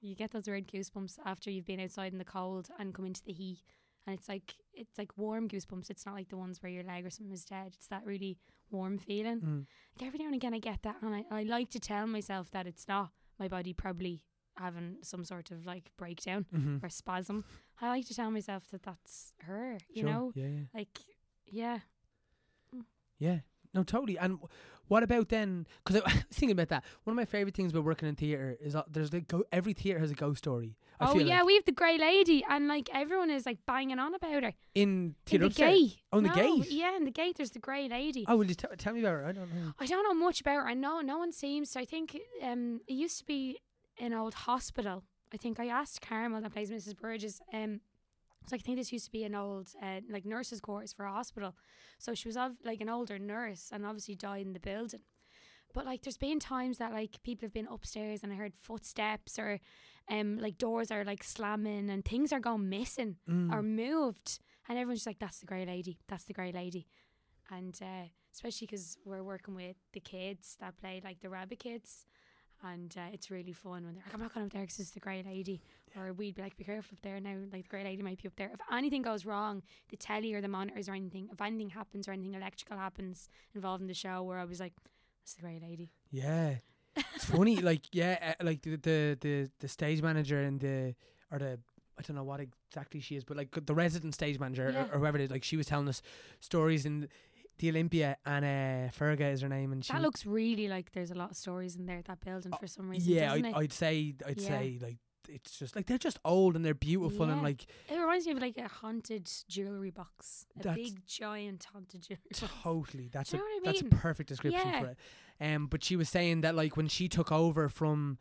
Speaker 3: you get those weird goosebumps after you've been outside in the cold and come into the heat, and it's like it's like warm goosebumps. It's not like the ones where your leg or something is dead. It's that really warm feeling.
Speaker 1: Mm.
Speaker 3: Like every now and again, I get that, and I, I like to tell myself that it's not my body probably having some sort of like breakdown
Speaker 1: Mm-hmm.
Speaker 3: or spasm. I like to tell myself that that's her, you
Speaker 1: sure.
Speaker 3: know?
Speaker 1: Yeah, yeah,
Speaker 3: Like, yeah.
Speaker 1: yeah. No, totally. And w- what about then? Because I was thinking about that. One of my favorite things about working in theater is that there's like go- every theater has a ghost story. I
Speaker 3: oh,
Speaker 1: feel
Speaker 3: yeah,
Speaker 1: like.
Speaker 3: we have the grey lady, and like everyone is like banging on about her.
Speaker 1: in
Speaker 3: In
Speaker 1: theater
Speaker 3: the
Speaker 1: upstairs.
Speaker 3: gate.
Speaker 1: Oh, in the
Speaker 3: No,
Speaker 1: gate?
Speaker 3: Yeah, in the gate, there's the grey lady.
Speaker 1: Oh, will you t- tell me about it? I don't know.
Speaker 3: I don't know much about her. I know no one seems to. I think um, it used to be an old hospital. I think I asked Carmel that plays Mrs. Burgess. Um, I was like, I think this used to be an old uh, like nurses' quarters for a hospital. So she was of like an older nurse and obviously died in the building. But like, there's been times that like people have been upstairs and I heard footsteps or, um, like doors are like slamming and things are gone missing or
Speaker 1: Mm,
Speaker 3: moved, and everyone's just like, "That's the grey lady. That's the grey lady," and uh, especially because we're working with the kids that play like the rabbit kids, and uh, it's really fun when they're like, "I'm not going up there because it's the grey lady," or we'd be like, "Be careful up there now. Like the grey lady might be up there. If anything goes wrong, the telly or the monitors or anything, if anything happens or anything electrical happens involving the show, where I was like." That's the grey lady.
Speaker 1: Yeah, it's funny. Like yeah, uh, like the, the the the stage manager and the or the I don't know what exactly she is, but like the resident stage manager
Speaker 3: Yeah.
Speaker 1: or, or whoever it is, like she was telling us stories in the Olympia and uh, Ferga is her name, and she Oh,
Speaker 3: That looks really like there's a lot of stories in there at that building for some reason.
Speaker 1: yeah,
Speaker 3: doesn't
Speaker 1: I'd,
Speaker 3: it?
Speaker 1: I'd say I'd
Speaker 3: Yeah.
Speaker 1: say like it's just like they're just old and they're beautiful and
Speaker 3: Yeah.
Speaker 1: like
Speaker 3: It reminds me of like a haunted jewelry box, a
Speaker 1: That's-
Speaker 3: big giant haunted jewelry box.
Speaker 1: totally that's
Speaker 3: Do you
Speaker 1: a
Speaker 3: know what I
Speaker 1: that's a
Speaker 3: mean?
Speaker 1: perfect description
Speaker 3: Yeah.
Speaker 1: for it. Um, but she was saying that like when she took over from.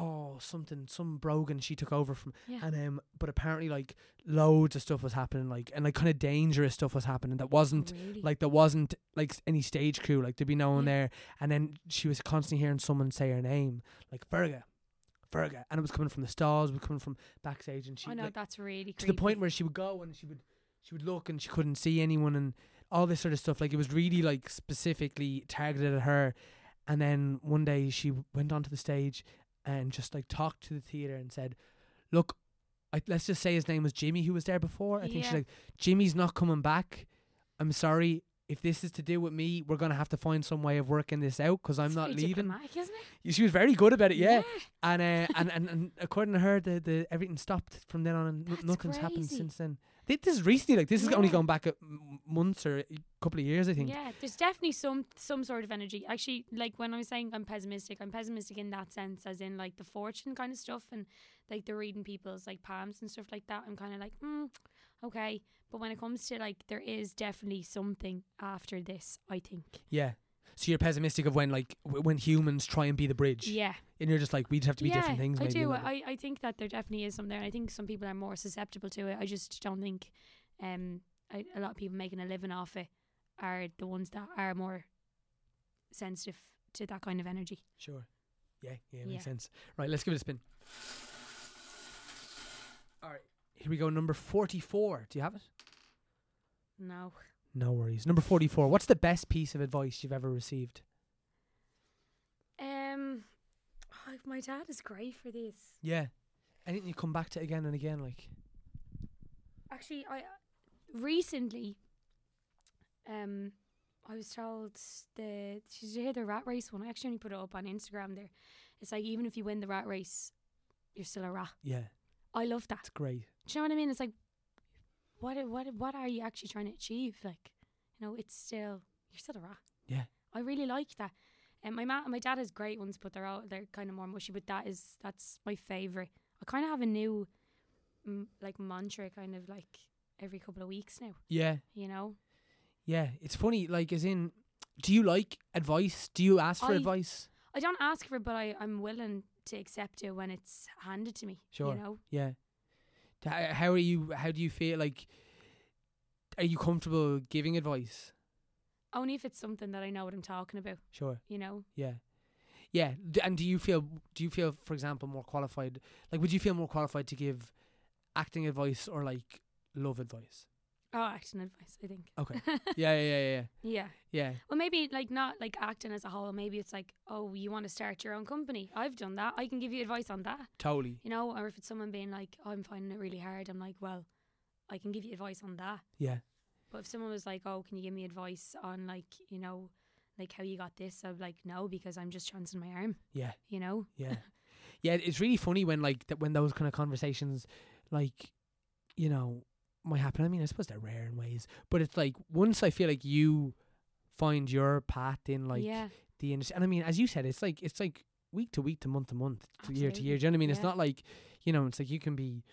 Speaker 1: Oh, something, some Brogan she took over from
Speaker 3: Yeah.
Speaker 1: And um, but apparently, like loads of stuff was happening, like and like kind of dangerous stuff was happening that wasn't
Speaker 3: really?
Speaker 1: like there wasn't like s- any stage crew, like there'd be no one
Speaker 3: Yeah.
Speaker 1: there. And then she was constantly hearing someone say her name, like Ferga, Ferga, and it was coming from the stalls, it was coming from backstage, and she
Speaker 3: I know
Speaker 1: like,
Speaker 3: that's really
Speaker 1: to the
Speaker 3: creepy.
Speaker 1: point where she would go and she would she would look and she couldn't see anyone and all this sort of stuff. Like it was really like specifically targeted at her. And then one day she w- went onto the stage and just like talked to the theater and said, "Look, I, let's just say his name was Jimmy, who was there before. I think she's
Speaker 3: Yeah.
Speaker 1: like, Jimmy's not coming back. I'm sorry." If this is to do with me, we're gonna have to find some way of working this out because I'm
Speaker 3: It's
Speaker 1: not
Speaker 3: very
Speaker 1: leaving.
Speaker 3: diplomatic, isn't it?
Speaker 1: She was very good about it, yeah.
Speaker 3: Yeah.
Speaker 1: And, uh, and and and according to her, the, the everything stopped from then on, and n-
Speaker 3: That's
Speaker 1: nothing's happened
Speaker 3: crazy.
Speaker 1: since then. Thi- This is recently, like this is only
Speaker 3: Yeah.
Speaker 1: going back a m- months or a couple of years, I think.
Speaker 3: Yeah, there's definitely some some sort of energy. Actually, like when I was saying I'm pessimistic, I'm pessimistic in that sense, as in like the fortune kind of stuff and like the reading people's like palms and stuff like that. I'm kind of like, mm, okay. But when it comes to like, there is definitely something after this. I think.
Speaker 1: Yeah. So you're pessimistic of when like w- when humans try and be the bridge,
Speaker 3: Yeah,
Speaker 1: and you're just like we would have to be
Speaker 3: yeah.
Speaker 1: different things.
Speaker 3: I
Speaker 1: maybe,
Speaker 3: do.
Speaker 1: like-
Speaker 3: I, I think that there definitely is something there. and I think some people are more susceptible to it. I just don't think, um, I, a lot of people making a living off it are the ones that are more sensitive to that kind of energy.
Speaker 1: Sure. Yeah, yeah, makes
Speaker 3: Yeah.
Speaker 1: sense. Right, let's give it a spin. All right, here we go. Number forty-four. Do you have it?
Speaker 3: No.
Speaker 1: No worries. Number forty-four. What's the best piece of advice you've ever received?
Speaker 3: Um, oh, my dad is great for this.
Speaker 1: Yeah. Anything you come back to again and again, like.
Speaker 3: Actually, I recently, um, I was told the did you hear the rat race one? I actually only put it up on Instagram. There, it's like even if you win the rat race, you're still a rat.
Speaker 1: Yeah,
Speaker 3: I love that.
Speaker 1: it's great.
Speaker 3: Do you know what I mean? It's like, what a- what a- what are you actually trying to achieve? Like, you know, it's still you're still a rat.
Speaker 1: Yeah.
Speaker 3: I really like that. And my ma- my dad has great ones, but they're out they're kind of more mushy. But that is that's my favorite. I kind of have a new, mm, like mantra, kind of like every couple of weeks now.
Speaker 1: Yeah,
Speaker 3: You know,
Speaker 1: yeah. It's funny, like, as in, do you like advice? Do you ask for
Speaker 3: I-
Speaker 1: advice?
Speaker 3: I don't ask for, it, but I I'm willing to accept it when it's handed to me.
Speaker 1: Sure.
Speaker 3: You know,
Speaker 1: Yeah. T- h- How are you? How do you feel? Like, are you comfortable giving advice?
Speaker 3: only if it's something that I know what I'm talking about.
Speaker 1: Sure.
Speaker 3: You know,
Speaker 1: Yeah. Yeah. D- and do you feel? Do you feel, for example, more qualified? Like, would you feel more qualified to give acting advice or like love advice?
Speaker 3: oh, acting advice. I think.
Speaker 1: Okay. yeah, yeah, yeah, yeah,
Speaker 3: yeah.
Speaker 1: yeah.
Speaker 3: Well, maybe like not like acting as a whole. Maybe it's like, oh, you want to start your own company. I've done that. I can give you advice on that.
Speaker 1: Totally.
Speaker 3: you know, or if it's someone being like, oh, I'm finding it really hard, I'm like, well, I can give you advice on that.
Speaker 1: Yeah.
Speaker 3: But if someone was like, oh, can you give me advice on like, you know, like how you got this? I'm like, no, because I'm just chancing my arm,
Speaker 1: Yeah.
Speaker 3: you know?
Speaker 1: Yeah. yeah, it's really funny when like that when those kind of conversations like you know might happen. I mean, I suppose they're rare in ways, but it's like once I feel like you find your path in like
Speaker 3: yeah,
Speaker 1: the industry. And I mean, as you said, it's like it's like week to week to month to month to year to year.
Speaker 3: Absolutely,
Speaker 1: Do you know what I mean? It's
Speaker 3: yeah.
Speaker 1: not like you know, it's like you can be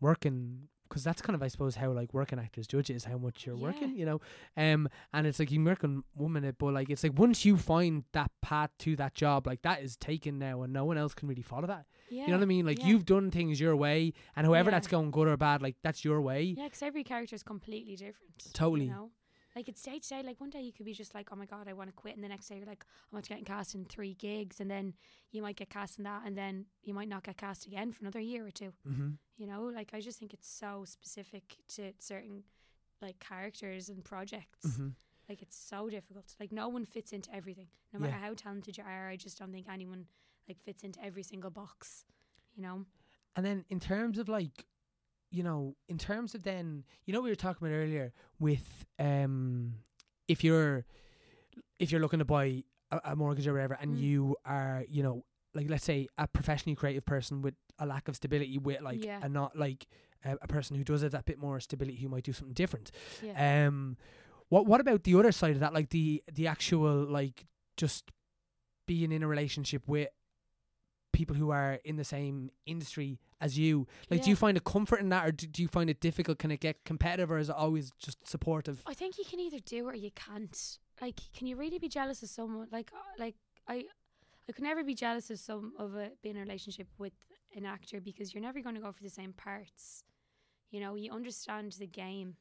Speaker 1: working because that's kind of I suppose how like working actors judge it is how much you're working.
Speaker 3: Yeah.
Speaker 1: You know, um, and it's like you work on one minute, but like it's like once you find that path to that job, like that is taken now, and no one else can really follow that.
Speaker 3: yeah.
Speaker 1: You know what I mean? Like
Speaker 3: yeah.
Speaker 1: you've done things your way, and however
Speaker 3: Yeah.
Speaker 1: that's going good or bad, like that's your way.
Speaker 3: Yeah, because every character is completely different.
Speaker 1: Totally.
Speaker 3: You know? Like it's day to day. Like one day you could be just like, oh my god, I want to quit, and the next day you're like, I'm about to get cast in three gigs, and then you might get cast in that, and then you might not get cast again for another year or two.
Speaker 1: Mm-hmm.
Speaker 3: you know like i just think it's so specific to certain like characters and projects
Speaker 1: Mm-hmm.
Speaker 3: like it's so difficult like no one fits into everything no
Speaker 1: Yeah.
Speaker 3: matter how talented you are i just don't think anyone like fits into every single box you know
Speaker 1: And then in terms of like, you know, in terms of then, you know, we were talking about earlier with um, if you're if you're looking to buy a, a mortgage or whatever, and
Speaker 3: Mm.
Speaker 1: you are, you know, like let's say a professionally creative person with a lack of stability, with like
Speaker 3: Yeah.
Speaker 1: and not like a, a person who does have that bit more stability, who might do something different.
Speaker 3: yeah
Speaker 1: Um, what what about the other side of that? Like the the actual like just being in a relationship with people who are in the same industry as you. Like, do
Speaker 3: Yeah.
Speaker 1: you find a comfort in that, or do, do you find it difficult? Can it get competitive, or is it always just supportive?
Speaker 3: i think you can either do it or you can't like can you really be jealous of someone like uh, like i i could never be jealous of some of a being in a relationship with an actor because you're never going to go for the same parts you know you understand the game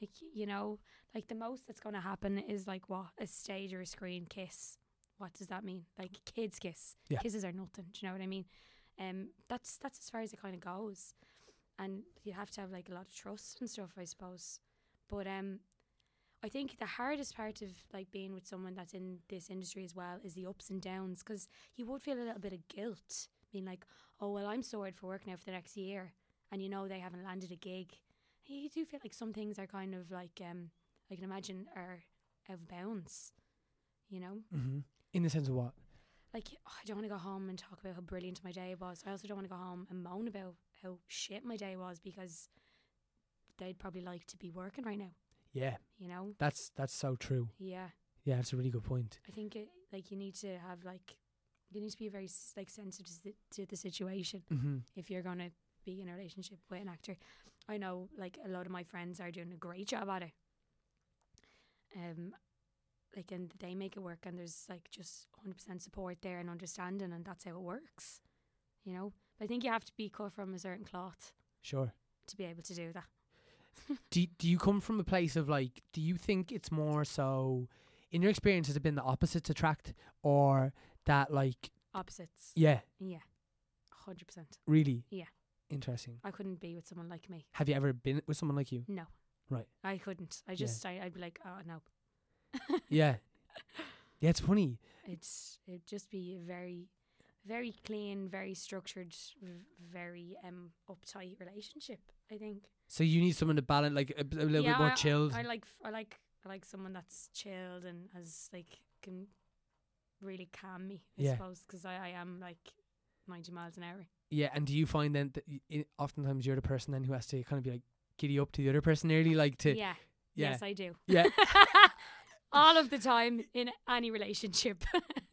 Speaker 3: like y- you know like the most that's going to happen is like what a stage or a screen kiss what does that mean like kids kiss
Speaker 1: Yeah.
Speaker 3: kisses are nothing do you know what i mean um that's that's as far as it kind of goes and you have to have like a lot of trust and stuff i suppose but um i think the hardest part of like being with someone that's in this industry as well is the ups and downs because you would feel a little bit of guilt being like, oh, well, I'm sorted for work now for the next year. And you know, they haven't landed a gig. You do feel like some things are kind of like, um, I can imagine, are out of bounds, you know?
Speaker 1: Mm-hmm. In the sense of what?
Speaker 3: like oh, I don't want to go home and talk about how brilliant my day was. I also don't want to go home and moan about how shit my day was because they'd probably like to be working right now.
Speaker 1: Yeah,
Speaker 3: You know?
Speaker 1: that's that's so true.
Speaker 3: Yeah,
Speaker 1: Yeah, that's a really good point.
Speaker 3: I think it, like you need to have like you need to be very s- like sensitive to, si- to the situation
Speaker 1: Mm-hmm.
Speaker 3: if you're gonna be in a relationship with an actor. I know like a lot of my friends are doing a great job at it. Um, like and they make it work, and there's like just hundred percent support there and understanding, and that's how it works. You know, but I think you have to be cut from a certain cloth
Speaker 1: Sure.
Speaker 3: to be able to do that.
Speaker 1: Do y- do you come from a place of like? Do you think it's more so? In your experience, has it been the opposites attract, or that like?
Speaker 3: Opposites,
Speaker 1: Yeah,
Speaker 3: yeah, hundred percent.
Speaker 1: really.
Speaker 3: Yeah.
Speaker 1: Interesting.
Speaker 3: I couldn't be with someone like me.
Speaker 1: Have you ever been with someone like you?
Speaker 3: No,
Speaker 1: Right.
Speaker 3: I couldn't. I just I, I'd be like, oh no,
Speaker 1: Yeah. Yeah, it's funny.
Speaker 3: it's it'd just be a very very clean very structured v- very um uptight relationship i think
Speaker 1: So you need someone to balance, like a, b- a little bit
Speaker 3: Yeah,
Speaker 1: more
Speaker 3: I-
Speaker 1: chilled.
Speaker 3: i like i like i like someone that's chilled and has like can really calm me i
Speaker 1: Yeah.
Speaker 3: suppose because I, I am like 90 miles an hour
Speaker 1: yeah, and do you find then that y- i- oftentimes you're the person then who has to kind of be like giddy up to the other person early, like to
Speaker 3: yeah
Speaker 1: yeah,
Speaker 3: yes i do
Speaker 1: yeah.
Speaker 3: all of the time in any relationship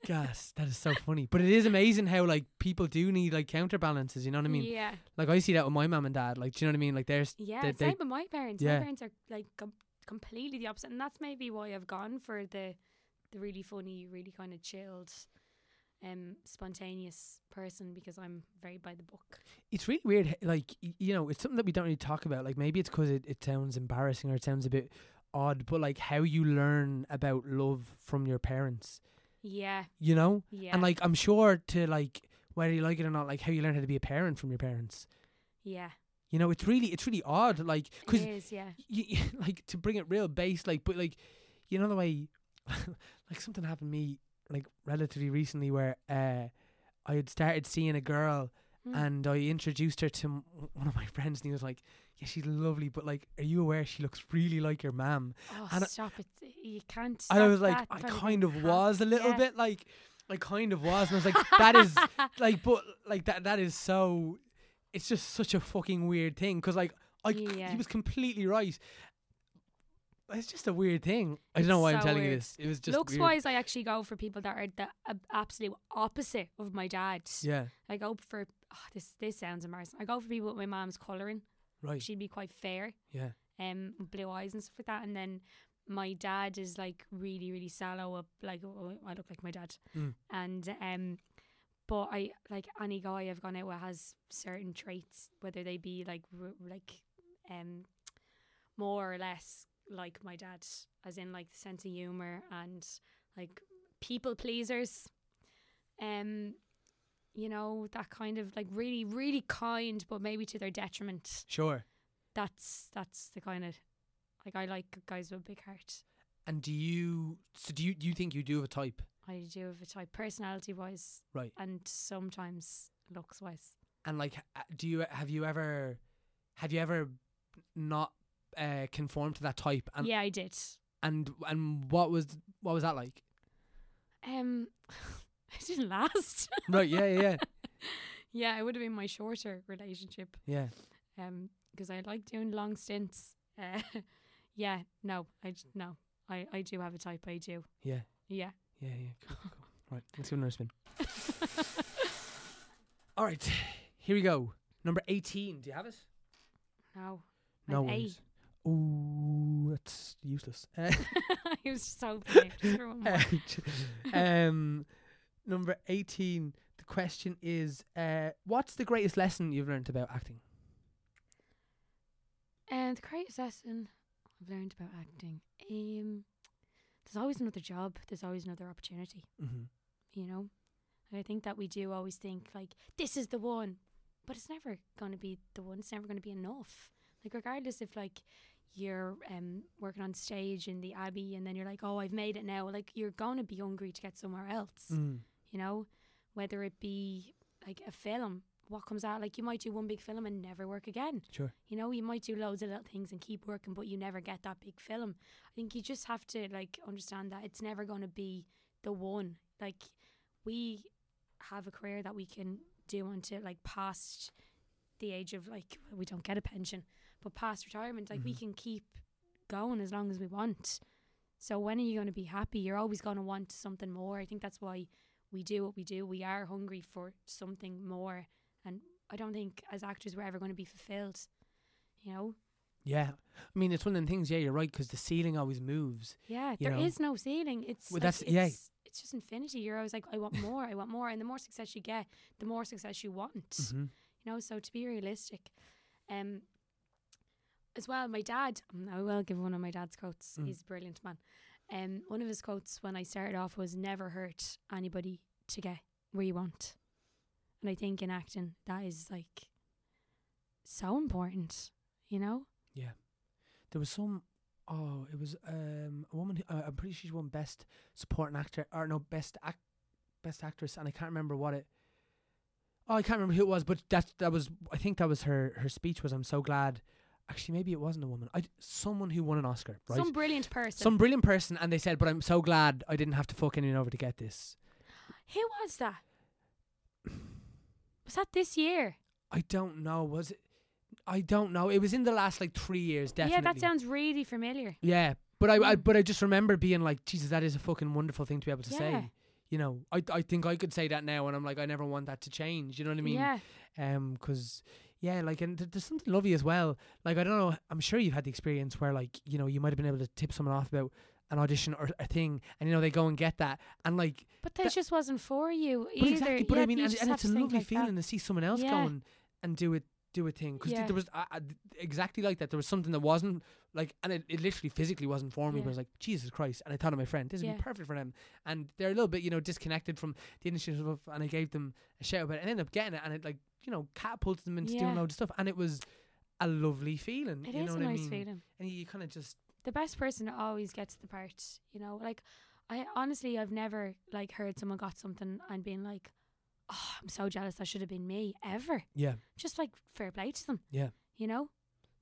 Speaker 1: Gas, that is so funny. But it is amazing how like people do need like counterbalances. You know what I mean?
Speaker 3: yeah
Speaker 1: Like I see that with my mum and dad. Like, do you know what I mean? Like there's
Speaker 3: Yeah,
Speaker 1: they-
Speaker 3: same
Speaker 1: they-
Speaker 3: with my parents.
Speaker 1: Yeah.
Speaker 3: My parents are like com- completely the opposite, and that's maybe why I've gone for the the really funny, really kind of chilled, um, spontaneous person because I'm very by the book.
Speaker 1: it's really weird. h- Like y- you know, it's something that we don't really talk about. Like maybe it's because it, it sounds embarrassing or it sounds a bit odd, but like how you learn about love from your parents.
Speaker 3: Yeah,
Speaker 1: You know,
Speaker 3: yeah,
Speaker 1: and like I'm sure to like whether you like it or not, like how you learn how to be a parent from your parents.
Speaker 3: yeah,
Speaker 1: You know, it's really it's really odd. Like because
Speaker 3: it is. Yeah,
Speaker 1: you, you, like to bring it real base, like but like you know the way like something happened to me like relatively recently where uh I had started seeing a girl
Speaker 3: Mm.
Speaker 1: and I introduced her to m- one of my friends and he was like, "Yeah, she's lovely, but like, are you aware she looks really like your mam?"
Speaker 3: oh,
Speaker 1: and I-
Speaker 3: stop it! You can't.
Speaker 1: And I
Speaker 3: stop
Speaker 1: was like,
Speaker 3: that
Speaker 1: "I
Speaker 3: kind of thing
Speaker 1: kind of
Speaker 3: hap-
Speaker 1: was a little
Speaker 3: yeah.
Speaker 1: bit like." I kind of was, and I was like, "That is like, but like that that is so. It's just such a fucking weird thing because like I c-
Speaker 3: Yeah.
Speaker 1: he was completely right. It's just a weird thing. I don't know why
Speaker 3: It's
Speaker 1: I'm
Speaker 3: so
Speaker 1: telling you
Speaker 3: weird.
Speaker 1: this. It was just
Speaker 3: Looks
Speaker 1: weird.
Speaker 3: wise, I actually go for people that are the uh, absolute opposite of my dad.
Speaker 1: Yeah,
Speaker 3: I go for oh, this. This sounds embarrassing. I go for people with my mom's colouring.
Speaker 1: right.
Speaker 3: She'd be quite fair.
Speaker 1: Yeah,
Speaker 3: um blue eyes and stuff like that and then my dad is like really really sallow up like oh, I look like my dad
Speaker 1: Mm.
Speaker 3: and um but I like any guy I've gone out with has certain traits whether they be like r- like um more or less like my dad as in like the sense of humor and like people pleasers um you know that kind of like really really kind but maybe to their detriment
Speaker 1: sure.
Speaker 3: that's that's the kind of like I like guys with a big heart.
Speaker 1: And do you? So do you? Do you think you do have a type?
Speaker 3: I do have a type personality wise,
Speaker 1: Right.
Speaker 3: and sometimes looks wise.
Speaker 1: And like, h- uh, do you? Have you ever? Have you ever not uh, conformed to that type? And
Speaker 3: yeah, I did.
Speaker 1: and and what was what was that like?
Speaker 3: Um, it didn't last.
Speaker 1: right. Yeah. Yeah. Yeah.
Speaker 3: yeah, it would have been my shorter relationship.
Speaker 1: yeah.
Speaker 3: Um, because I like doing long stints. Uh, yeah, no, I j- no, I I do have a type. I do.
Speaker 1: Yeah.
Speaker 3: Yeah.
Speaker 1: Yeah, yeah. Cool, cool, cool. Right, let's give it another spin. All right, here we go. Number 18. Do you have it?
Speaker 3: No.
Speaker 1: No
Speaker 3: An
Speaker 1: worries. Ooh, that's useless. Uh,
Speaker 3: I was just hoping it just for one more.
Speaker 1: uh, um, number 18. The question is uh, What's the greatest lesson you've learned about acting?
Speaker 3: And the greatest lesson I've learned about acting, um, there's always another job. There's always another opportunity.
Speaker 1: Mm-hmm.
Speaker 3: You know, and I think that we do always think like this is the one, but it's never going to be the one. It's never going to be enough. Like regardless if like you're um working on stage in the Abbey and then you're like, oh, I've made
Speaker 1: Mm-hmm.
Speaker 3: it now. Like you're going to be hungry to get somewhere else
Speaker 1: Mm.
Speaker 3: you know, whether it be like a film, what comes out, like you might do one big film and never work again.
Speaker 1: Sure.
Speaker 3: You know, you might do loads of little things and keep working, but you never get that big film. I think you just have to like understand that it's never going to be the one. Like we have a career that we can do until like past the age of like we don't get a pension, but past retirement, like we
Speaker 1: Mhm.
Speaker 3: can keep going as long as we want. So when are you going to be happy? You're always going to want something more. I think that's why we do what we do. We are hungry for something more, and I don't think as actors we're ever going to be fulfilled. You know?
Speaker 1: Yeah. I mean, it's one of the things. Yeah, you're right because the ceiling always moves.
Speaker 3: Yeah.
Speaker 1: You
Speaker 3: There is
Speaker 1: know?
Speaker 3: no ceiling. It's
Speaker 1: Well,
Speaker 3: like,
Speaker 1: that's-
Speaker 3: it's,
Speaker 1: yeah.
Speaker 3: It's just infinity. You're always like, I want more. I want more. And the more success you get, the more success you want.
Speaker 1: Mhm.
Speaker 3: you know so to be realistic um as well my dad mm, i will give one of my dad's quotes
Speaker 1: Mm.
Speaker 3: he's a brilliant man um one of his quotes when i started off was never hurt anybody to get where you want and i think in acting that is like so important you know
Speaker 1: There was some. Oh, it was um a woman. Who, uh, I'm pretty sure she won best supporting actor or no best act, best actress, and I can't remember what it. Oh, I can't remember who it was, but that that was. I think that was her. Her speech was, "I'm so glad." Actually, maybe it wasn't a woman. I d- someone who won an Oscar, right?
Speaker 3: some brilliant person
Speaker 1: Some brilliant person, and they said, "But I'm so glad I didn't have to fuck anyone over to get this."
Speaker 3: who was that was that this year
Speaker 1: I don't know. Was it? I don't know. It was in the last like three years, definitely.
Speaker 3: yeah that sounds really familiar
Speaker 1: Yeah, but I, I
Speaker 3: Mm.
Speaker 1: but I just remember being like, Jesus, that is a fucking wonderful thing to be able to
Speaker 3: Yeah.
Speaker 1: say. You know, I I think I could say that now, and I'm like, I never want that to change. You know what I mean?
Speaker 3: yeah
Speaker 1: Um, because yeah, like, and th- there's something lovely as well. Like, I don't know. I'm sure you've had the experience where like, you know, you might have been able to tip someone off about an audition or a thing, and you know they go and get that, and like,
Speaker 3: but that,
Speaker 1: That-
Speaker 3: just wasn't for you
Speaker 1: but
Speaker 3: either
Speaker 1: exactly. But
Speaker 3: Yeah,
Speaker 1: I mean,
Speaker 3: you
Speaker 1: and,
Speaker 3: just
Speaker 1: and
Speaker 3: have
Speaker 1: it's a
Speaker 3: to think
Speaker 1: lovely
Speaker 3: like that.
Speaker 1: feeling to see someone else
Speaker 3: Yeah.
Speaker 1: go and and do it. Do a thing because
Speaker 3: Yeah.
Speaker 1: there was uh, uh, th- exactly like that. There was something that wasn't like, and it, it literally physically wasn't for me. But
Speaker 3: Yeah.
Speaker 1: I was like, Jesus Christ! And I thought of my friend, this would
Speaker 3: Yeah.
Speaker 1: be perfect for them. And they're a little bit, you know, disconnected from the initiative. of- And I gave them a shout, but I ended up getting it, and it like, you know, catapulted them into
Speaker 3: Yeah.
Speaker 1: doing loads of stuff. And it was a lovely feeling.
Speaker 3: It
Speaker 1: you
Speaker 3: is
Speaker 1: know
Speaker 3: a
Speaker 1: what
Speaker 3: nice
Speaker 1: I mean?
Speaker 3: feeling.
Speaker 1: And you kind of just
Speaker 3: The best person always gets the part, you know. Like, I honestly, I've never like heard someone got something and been like, "Oh, I'm so jealous. That should have been me." Ever,
Speaker 1: yeah,
Speaker 3: just like fair play to them.
Speaker 1: Yeah.
Speaker 3: you know,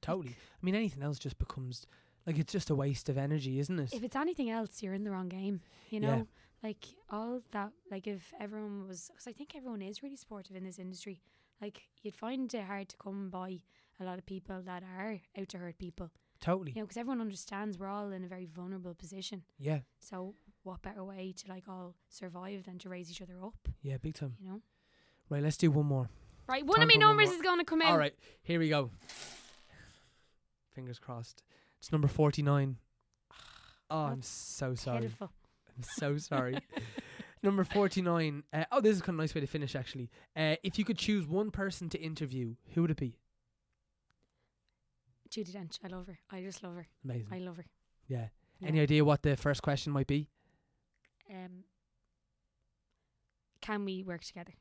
Speaker 1: totally. I mean, anything else just becomes like it's just a waste of energy, isn't it?
Speaker 3: if it's anything else, you're in the wrong game. You know,
Speaker 1: Yeah.
Speaker 3: like all that. Like, if everyone was, because I think everyone is really supportive in this industry. Like, you'd find it hard to come by a lot of people that are out to hurt people.
Speaker 1: totally.
Speaker 3: You know, because everyone understands we're all in a very vulnerable position.
Speaker 1: yeah.
Speaker 3: So what better way to like all survive than to raise each other up,
Speaker 1: Yeah, big time.
Speaker 3: you know?
Speaker 1: Right, let's do one more.
Speaker 3: Right, one
Speaker 1: Time
Speaker 3: of me
Speaker 1: for one
Speaker 3: numbers
Speaker 1: more.
Speaker 3: is gonna come out.
Speaker 1: All right, here we go. Fingers crossed. It's number 49. Oh, I'm
Speaker 3: That's
Speaker 1: so sorry.
Speaker 3: Pitiful.
Speaker 1: I'm so sorry. number 49. Uh, oh, this is kind of a nice way to finish, actually. Uh, if you could choose one person to interview, who would it be?
Speaker 3: Judy Dench, I love her. I just love her.
Speaker 1: Amazing.
Speaker 3: I love her.
Speaker 1: yeah.
Speaker 3: Yeah.
Speaker 1: Any idea what the first question might be?
Speaker 3: Um can we work together?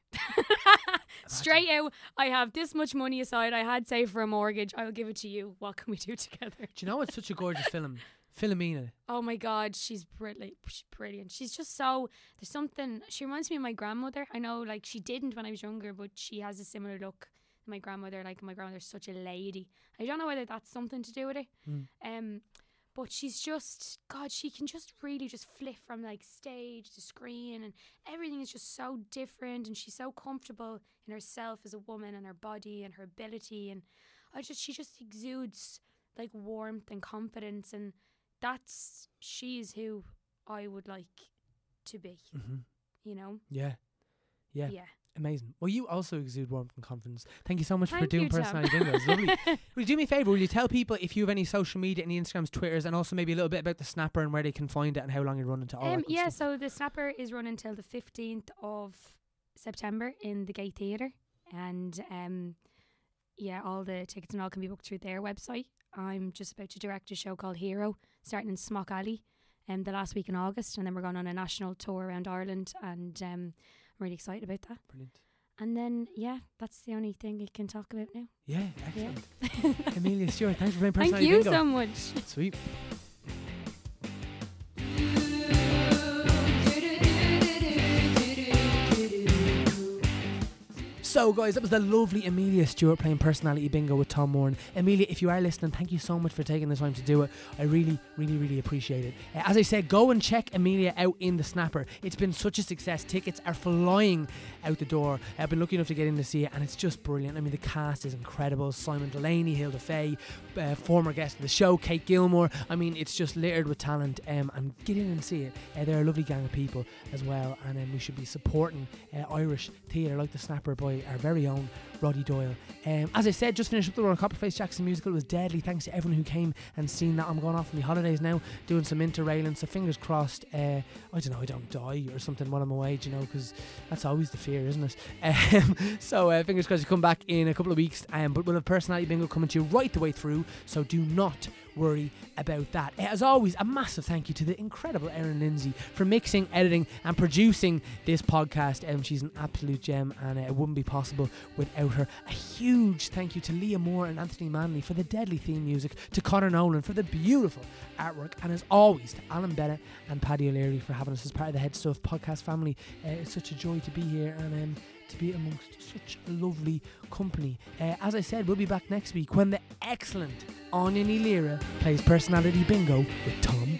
Speaker 3: Straight out, I have this much money aside. I had saved for a mortgage. I will give it to you. What can we do together?
Speaker 1: Do you know it's such a gorgeous film? Philomena.
Speaker 3: Oh my God, she's brilliant. She's brilliant. She's just so. There's something. She reminds me of my grandmother. I know, like she didn't when I was younger, but she has a similar look. to My grandmother, like my grandmother's such a lady. I don't know whether that's something to do with it.
Speaker 1: Mm.
Speaker 3: Um, but she's just God. She can just really just flip from like stage to screen, and everything is just so different. And she's so comfortable in herself as a woman and her body and her ability. And I just, she just exudes like warmth and confidence and that's she is who I would like to be.
Speaker 1: Mm-hmm.
Speaker 3: You know.
Speaker 1: Yeah. Yeah.
Speaker 3: Yeah.
Speaker 1: Amazing. Well, you also exude warmth and confidence. Thank you so much for
Speaker 3: Thank
Speaker 1: doing
Speaker 3: you, Tom.
Speaker 1: personality bingo. It's lovely. Will you do me a favour? Will you tell people if you have any social media, any Instagrams, Twitters, and also maybe a little bit about the snapper and where they can find it and how long you run into all
Speaker 3: Um,
Speaker 1: that good
Speaker 3: yeah.
Speaker 1: stuff?
Speaker 3: So the snapper is running till the fifteenth of September in the Gay Theatre, and um, yeah, all the tickets and all can be booked through their website. I'm just about to direct a show called Hero, starting in Smock Alley, um, the last week in August, and then we're going on a national tour around Ireland, and um, I'm really excited about that.
Speaker 1: Brilliant.
Speaker 3: And then yeah, that's the only thing I can talk about now.
Speaker 1: Yeah, excellent. Amelia Stewart, thanks for being personality
Speaker 3: Thank you
Speaker 1: bingo.
Speaker 3: so much.
Speaker 1: Sweet.
Speaker 2: Do do do do do do do do.
Speaker 1: So, guys, that was the lovely Amelia Stewart playing personality bingo with Tom Moran. Amelia, if you are listening, thank you so much for taking the time to do it. I really, really, really appreciate it. Uh, as I said, go and check Amelia out in the Snapper. It's been such a success. Tickets are flying out the door. I've been lucky enough to get in to see it, and it's just brilliant. I mean, the cast is incredible. Simon Delaney, Hilda Faye, uh, former guest of the show, Kate Gilmore. I mean, it's just littered with talent. Um, and get in and see it. Uh, they're a lovely gang of people as well, and um, we should be supporting uh, Irish theatre like the Snapper by our very own Roddy Doyle. Um, as I said, just finished up the Royal Copperface Jackson musical. It was deadly. Thanks to everyone who came and seen that. I'm going off on the holidays now, doing some interrailing. So fingers crossed. Uh, I don't know. I don't die or something while I'm away. do You know, because that's always the fear, isn't it? Um, so uh, fingers crossed you come back in a couple of weeks. Um, but we'll have personality bingo coming to you right the way through. So do not worry about that. Uh, As always, a massive thank you to the incredible Erin Lindsay for mixing, editing, and producing this podcast. Um, she's an absolute gem, and uh, it wouldn't be possible without her. A huge thank you to Leah Moore and Anthony Manley for the deadly theme music, to Connor Nolan for the beautiful artwork, and as always, to Alan Bennett and Paddy O'Leary for having us as part of the Head Stuff podcast family. Uh, it's such a joy to be here, and um, to be amongst such a lovely company. Uh, as I said, we'll be back next week when the excellent Anya Lira plays Personality Bingo with Tom